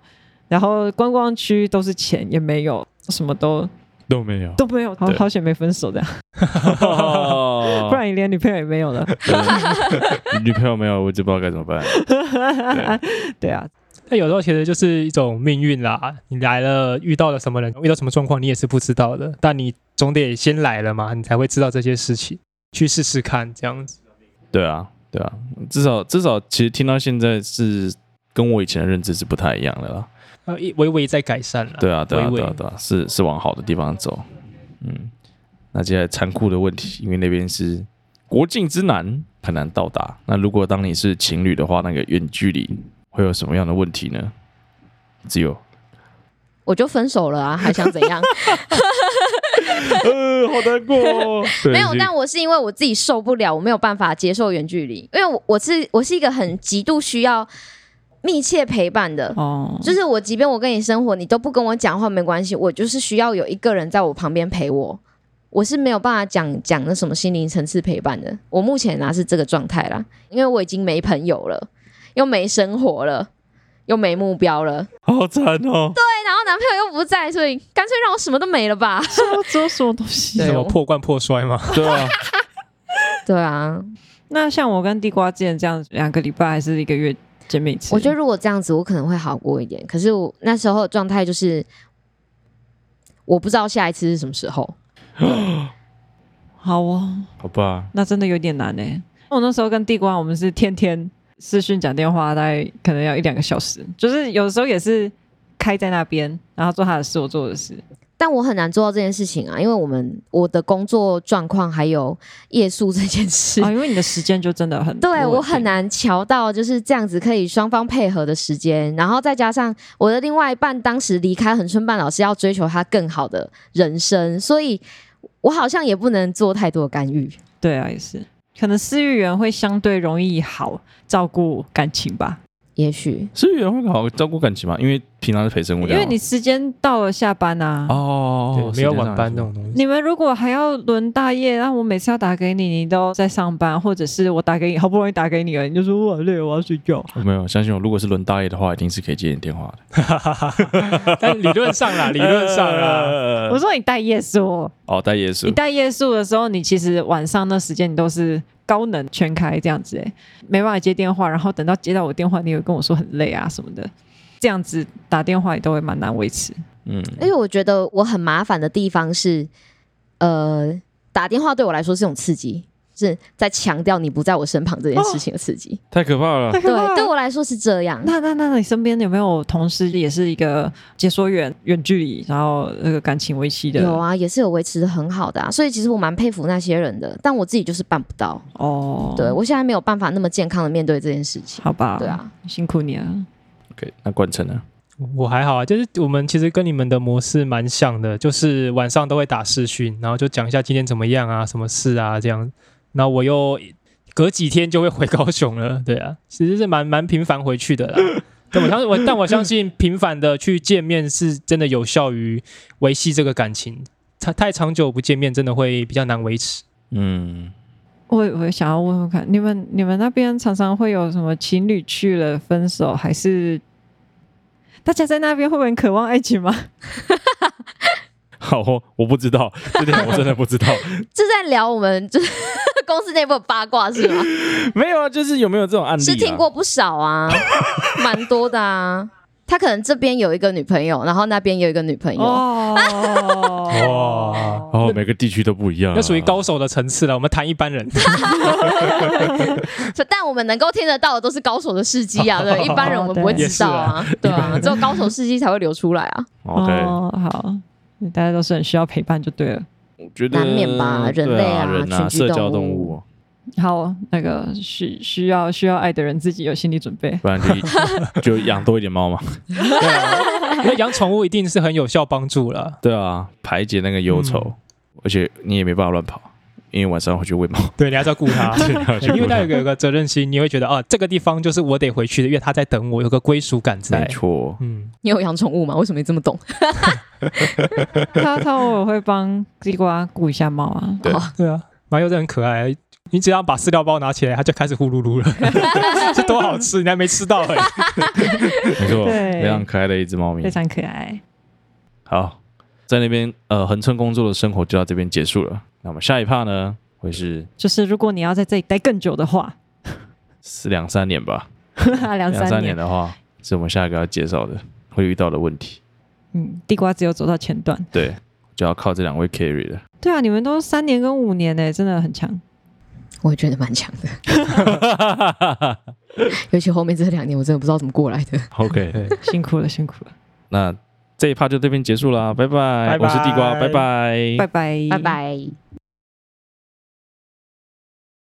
[SPEAKER 2] 然后观光区都是钱，也没有，什么都
[SPEAKER 3] 都 [LAUGHS] 没有，
[SPEAKER 2] 都没有。好
[SPEAKER 3] 对
[SPEAKER 2] 好险没分手的，不
[SPEAKER 1] 哦
[SPEAKER 3] 不
[SPEAKER 2] 然你连女朋友也没有了。
[SPEAKER 3] 啊女朋友没有，我就不知道该怎么办。
[SPEAKER 2] [LAUGHS] 对啊，
[SPEAKER 4] 但有时候其实就是一种命运啦。你来了，遇到了什么人，遇到什么状况，你也是不知道的。但你总得先来了嘛，你才会知道这些事情，去试试看这样子。
[SPEAKER 3] 对啊，对啊，至少至少，其实听到现在是跟我以前的认知是不太一样的啦。
[SPEAKER 4] 呃，一微微在改善了。
[SPEAKER 3] 对啊，对啊，
[SPEAKER 4] 微微
[SPEAKER 3] 对啊，对啊，是是往好的地方走。嗯，那接下来残酷的问题，因为那边是国境之南，很难到达。那如果当你是情侣的话，那个远距离会有什么样的问题呢？只有，
[SPEAKER 1] 我就分手了啊，还想怎样？
[SPEAKER 3] 呃，好难过、哦。
[SPEAKER 1] 没有，但我是因为我自己受不了，我没有办法接受远距离，因为我我是我是一个很极度需要密切陪伴的，
[SPEAKER 2] 哦，
[SPEAKER 1] 就是我即便我跟你生活，你都不跟我讲话没关系，我就是需要有一个人在我旁边陪我，我是没有办法讲讲那什么心灵层次陪伴的，我目前呢、啊是这个状态啦，因为我已经没朋友了，又没生活了，又没目标了，
[SPEAKER 3] 好惨哦。
[SPEAKER 1] 对，然后男朋友又不在，所以干脆让我什么都没了吧。
[SPEAKER 2] 这有什么东西
[SPEAKER 4] 是
[SPEAKER 1] 对
[SPEAKER 4] 什么
[SPEAKER 1] 我
[SPEAKER 4] 破罐破摔吗？
[SPEAKER 3] 对啊，
[SPEAKER 1] 对啊，
[SPEAKER 2] 那像我跟地瓜之前这样，两个礼拜还是一个月见面一次？
[SPEAKER 1] 我觉得如果这样子，我可能会好过一点。可是我那时候的状态就是，我不知道下一次是什么时候。
[SPEAKER 2] 好哦，
[SPEAKER 3] 好吧，
[SPEAKER 2] 那真的有点难呢。我那时候跟地瓜，我们是天天视讯讲电话，大概可能要一两个小时，就是有时候也是开在那边，然后做他的事，我做我的事。
[SPEAKER 1] 但我很难做到这件事情啊，因为我们我的工作状况还有夜宿这件事，
[SPEAKER 2] [LAUGHS] 啊，因为你的时间就真的很不稳
[SPEAKER 1] 对
[SPEAKER 2] 定
[SPEAKER 1] 我很难瞧到就是这样子可以双方配合的时间，然后再加上我的另外一半当时离开恒春半老师要追求他更好的人生，所以我好像也不能做太多的干预。
[SPEAKER 2] 对啊，也是可能私域人会相对容易好照顾感情吧。
[SPEAKER 1] 也许
[SPEAKER 3] 是员工好照顾感情嘛？因为平常是陪生物
[SPEAKER 2] 因
[SPEAKER 3] 料
[SPEAKER 2] 为你时间到了下班啊。
[SPEAKER 3] 哦，
[SPEAKER 4] 对，没有晚班
[SPEAKER 3] 时间
[SPEAKER 4] 那
[SPEAKER 3] 上来
[SPEAKER 4] 种东西。
[SPEAKER 2] 你们如果还要轮大夜，那我每次要打给你，你都在上班，或者是我打给你，好不容易打给你了，你就说我很累，我要睡觉。
[SPEAKER 3] 说，哦没有相信我，如果是轮大夜的话，一定是可以接你电话的。
[SPEAKER 4] [LAUGHS] 但理论上啦，理论上啦，
[SPEAKER 3] [LAUGHS]
[SPEAKER 2] 我说你带夜宿，
[SPEAKER 3] 哦，带夜
[SPEAKER 2] 你
[SPEAKER 3] 宿，
[SPEAKER 2] 带夜宿的时候，你其实晚上那时间你都是高能全开这样子、欸，没办法接电话，然后等到接到我电话，你有跟我说很累啊什么的，这样子打电话也都会蛮难维持。
[SPEAKER 3] 嗯，
[SPEAKER 1] 而且我觉得我很麻烦的地方是，呃，打电话对我来说是一种刺激，是在强调你不在我身旁这件事情的刺激。
[SPEAKER 3] 太
[SPEAKER 2] [LAUGHS]
[SPEAKER 3] 可怕了。
[SPEAKER 1] 对，对我来说是这样。
[SPEAKER 2] 哦啊那那那你身边有没有同事也是一个解说员，远距离，然后那个感情维系的？
[SPEAKER 1] 有啊，也是有维持的很好的啊，所以其实我蛮佩服那些人的，但我自己就是办不到。
[SPEAKER 2] 哦，
[SPEAKER 1] 对，我现在没有办法那么健康的面对这件事情。
[SPEAKER 2] 好吧，
[SPEAKER 1] 对，啊，
[SPEAKER 2] 辛苦你了。
[SPEAKER 3] OK，那冠城呢？
[SPEAKER 4] 我还好啊，就是我们其实跟你们的模式蛮像的，就是晚上都会打视讯，然后就讲一下今天怎么样啊，什么事啊这样。那我又隔几天就会回高雄了， [LAUGHS] 对啊，其实是蛮蛮频繁回去的啦。但我相信我，但我相信频繁的去见面是真的有效于维系这个感情。太太长久不见面，真的会比较难维持。
[SPEAKER 3] 嗯，
[SPEAKER 2] 我我想要问问看，你们你们那边常常会有什么情侣去了分手，还是大家在那边会不会很渴望爱情吗？
[SPEAKER 3] 好哦，我不知道，这点我真的不知道。
[SPEAKER 1] 这在聊我们就是 [LAUGHS] 公司内部的八卦是吗？
[SPEAKER 3] [LAUGHS] 没有啊，就是有没有这种案例？
[SPEAKER 1] 是听。过不少啊，蛮多的啊。他可能这边有一个女朋友，然后那边有一个女朋友，
[SPEAKER 2] [LAUGHS] 哦，
[SPEAKER 3] 哦，每个地区都不一样啊，
[SPEAKER 4] 那属于高手的层次了，我们谈一般人。 [LAUGHS]
[SPEAKER 1] 所以但我们能够听得到的都是高手的事迹啊，对，一般人我们不会知道啊，对啊，只有高手事迹才会流出来啊，
[SPEAKER 3] OK，
[SPEAKER 2] 哦，好，大家都是很需要陪伴就对了。
[SPEAKER 3] 我觉得
[SPEAKER 1] 难免吧人
[SPEAKER 3] 对
[SPEAKER 1] 类
[SPEAKER 3] 啊，
[SPEAKER 1] 啊
[SPEAKER 3] 人啊，
[SPEAKER 1] 群居
[SPEAKER 3] 社交
[SPEAKER 1] 动
[SPEAKER 3] 动
[SPEAKER 1] 物
[SPEAKER 3] 物哦，
[SPEAKER 2] 好，那个需需要需要爱的人自己有心理准备。
[SPEAKER 3] 不然就一就养多一点猫
[SPEAKER 1] [LAUGHS]
[SPEAKER 3] 嘛。
[SPEAKER 4] 对啊，因为养宠物一定是很有效帮助了。
[SPEAKER 3] 对啊，排解那个忧愁
[SPEAKER 4] 嗯，
[SPEAKER 3] 而且你也没办法乱跑，因为晚上会去 [LAUGHS] 喂猫。
[SPEAKER 4] 对，你还是要顾 [LAUGHS] 它，
[SPEAKER 3] 要去
[SPEAKER 4] 因为
[SPEAKER 3] 顾它
[SPEAKER 4] 它有个有个责任心，你会觉得啊，这个地方就是我得回去的，因为它在等我，有个归属感
[SPEAKER 3] 没
[SPEAKER 4] 在。
[SPEAKER 3] 错，
[SPEAKER 4] 嗯，
[SPEAKER 1] 你有养宠物吗？为什么你这么懂？
[SPEAKER 2] [LAUGHS] 他他偶尔会帮地瓜顾一下猫啊。
[SPEAKER 3] 对
[SPEAKER 4] 对啊，麻油真的很可爱。你只要把饲料包拿起来，它就开始呼噜噜了， [LAUGHS]
[SPEAKER 3] [LAUGHS]
[SPEAKER 4] 这多好吃，你还没吃到哎、
[SPEAKER 3] 没错，
[SPEAKER 2] 对
[SPEAKER 3] 非常可爱的一只猫咪
[SPEAKER 2] 非。常可爱。
[SPEAKER 3] 好，在那边呃恒春工作的生活就到这边结束了。那我们下一趴呢，会是
[SPEAKER 2] 就是如果你要在这里待更久的话，
[SPEAKER 3] 四两三年吧。
[SPEAKER 2] 嗯 [LAUGHS] 两
[SPEAKER 3] 两三
[SPEAKER 2] 年，
[SPEAKER 3] 的话，是我们下一个要介绍的会遇到的问题。
[SPEAKER 2] 嗯，地瓜只有走到前段。
[SPEAKER 3] 对，就要靠这两位 carry 了。
[SPEAKER 2] 对啊，你们都三年跟五年呢、欸真的很强。
[SPEAKER 1] 我也觉得蛮强的，尤其后面这两年，我真的不知道怎么过来的。
[SPEAKER 3] OK，
[SPEAKER 4] 对，
[SPEAKER 2] 辛苦了，辛 [LAUGHS] 苦了，
[SPEAKER 3] 那这一趴就这边结束啦，拜拜。
[SPEAKER 4] 拜拜
[SPEAKER 2] 哎
[SPEAKER 3] 我是地瓜，拜拜
[SPEAKER 2] 拜拜，
[SPEAKER 1] 拜。拜。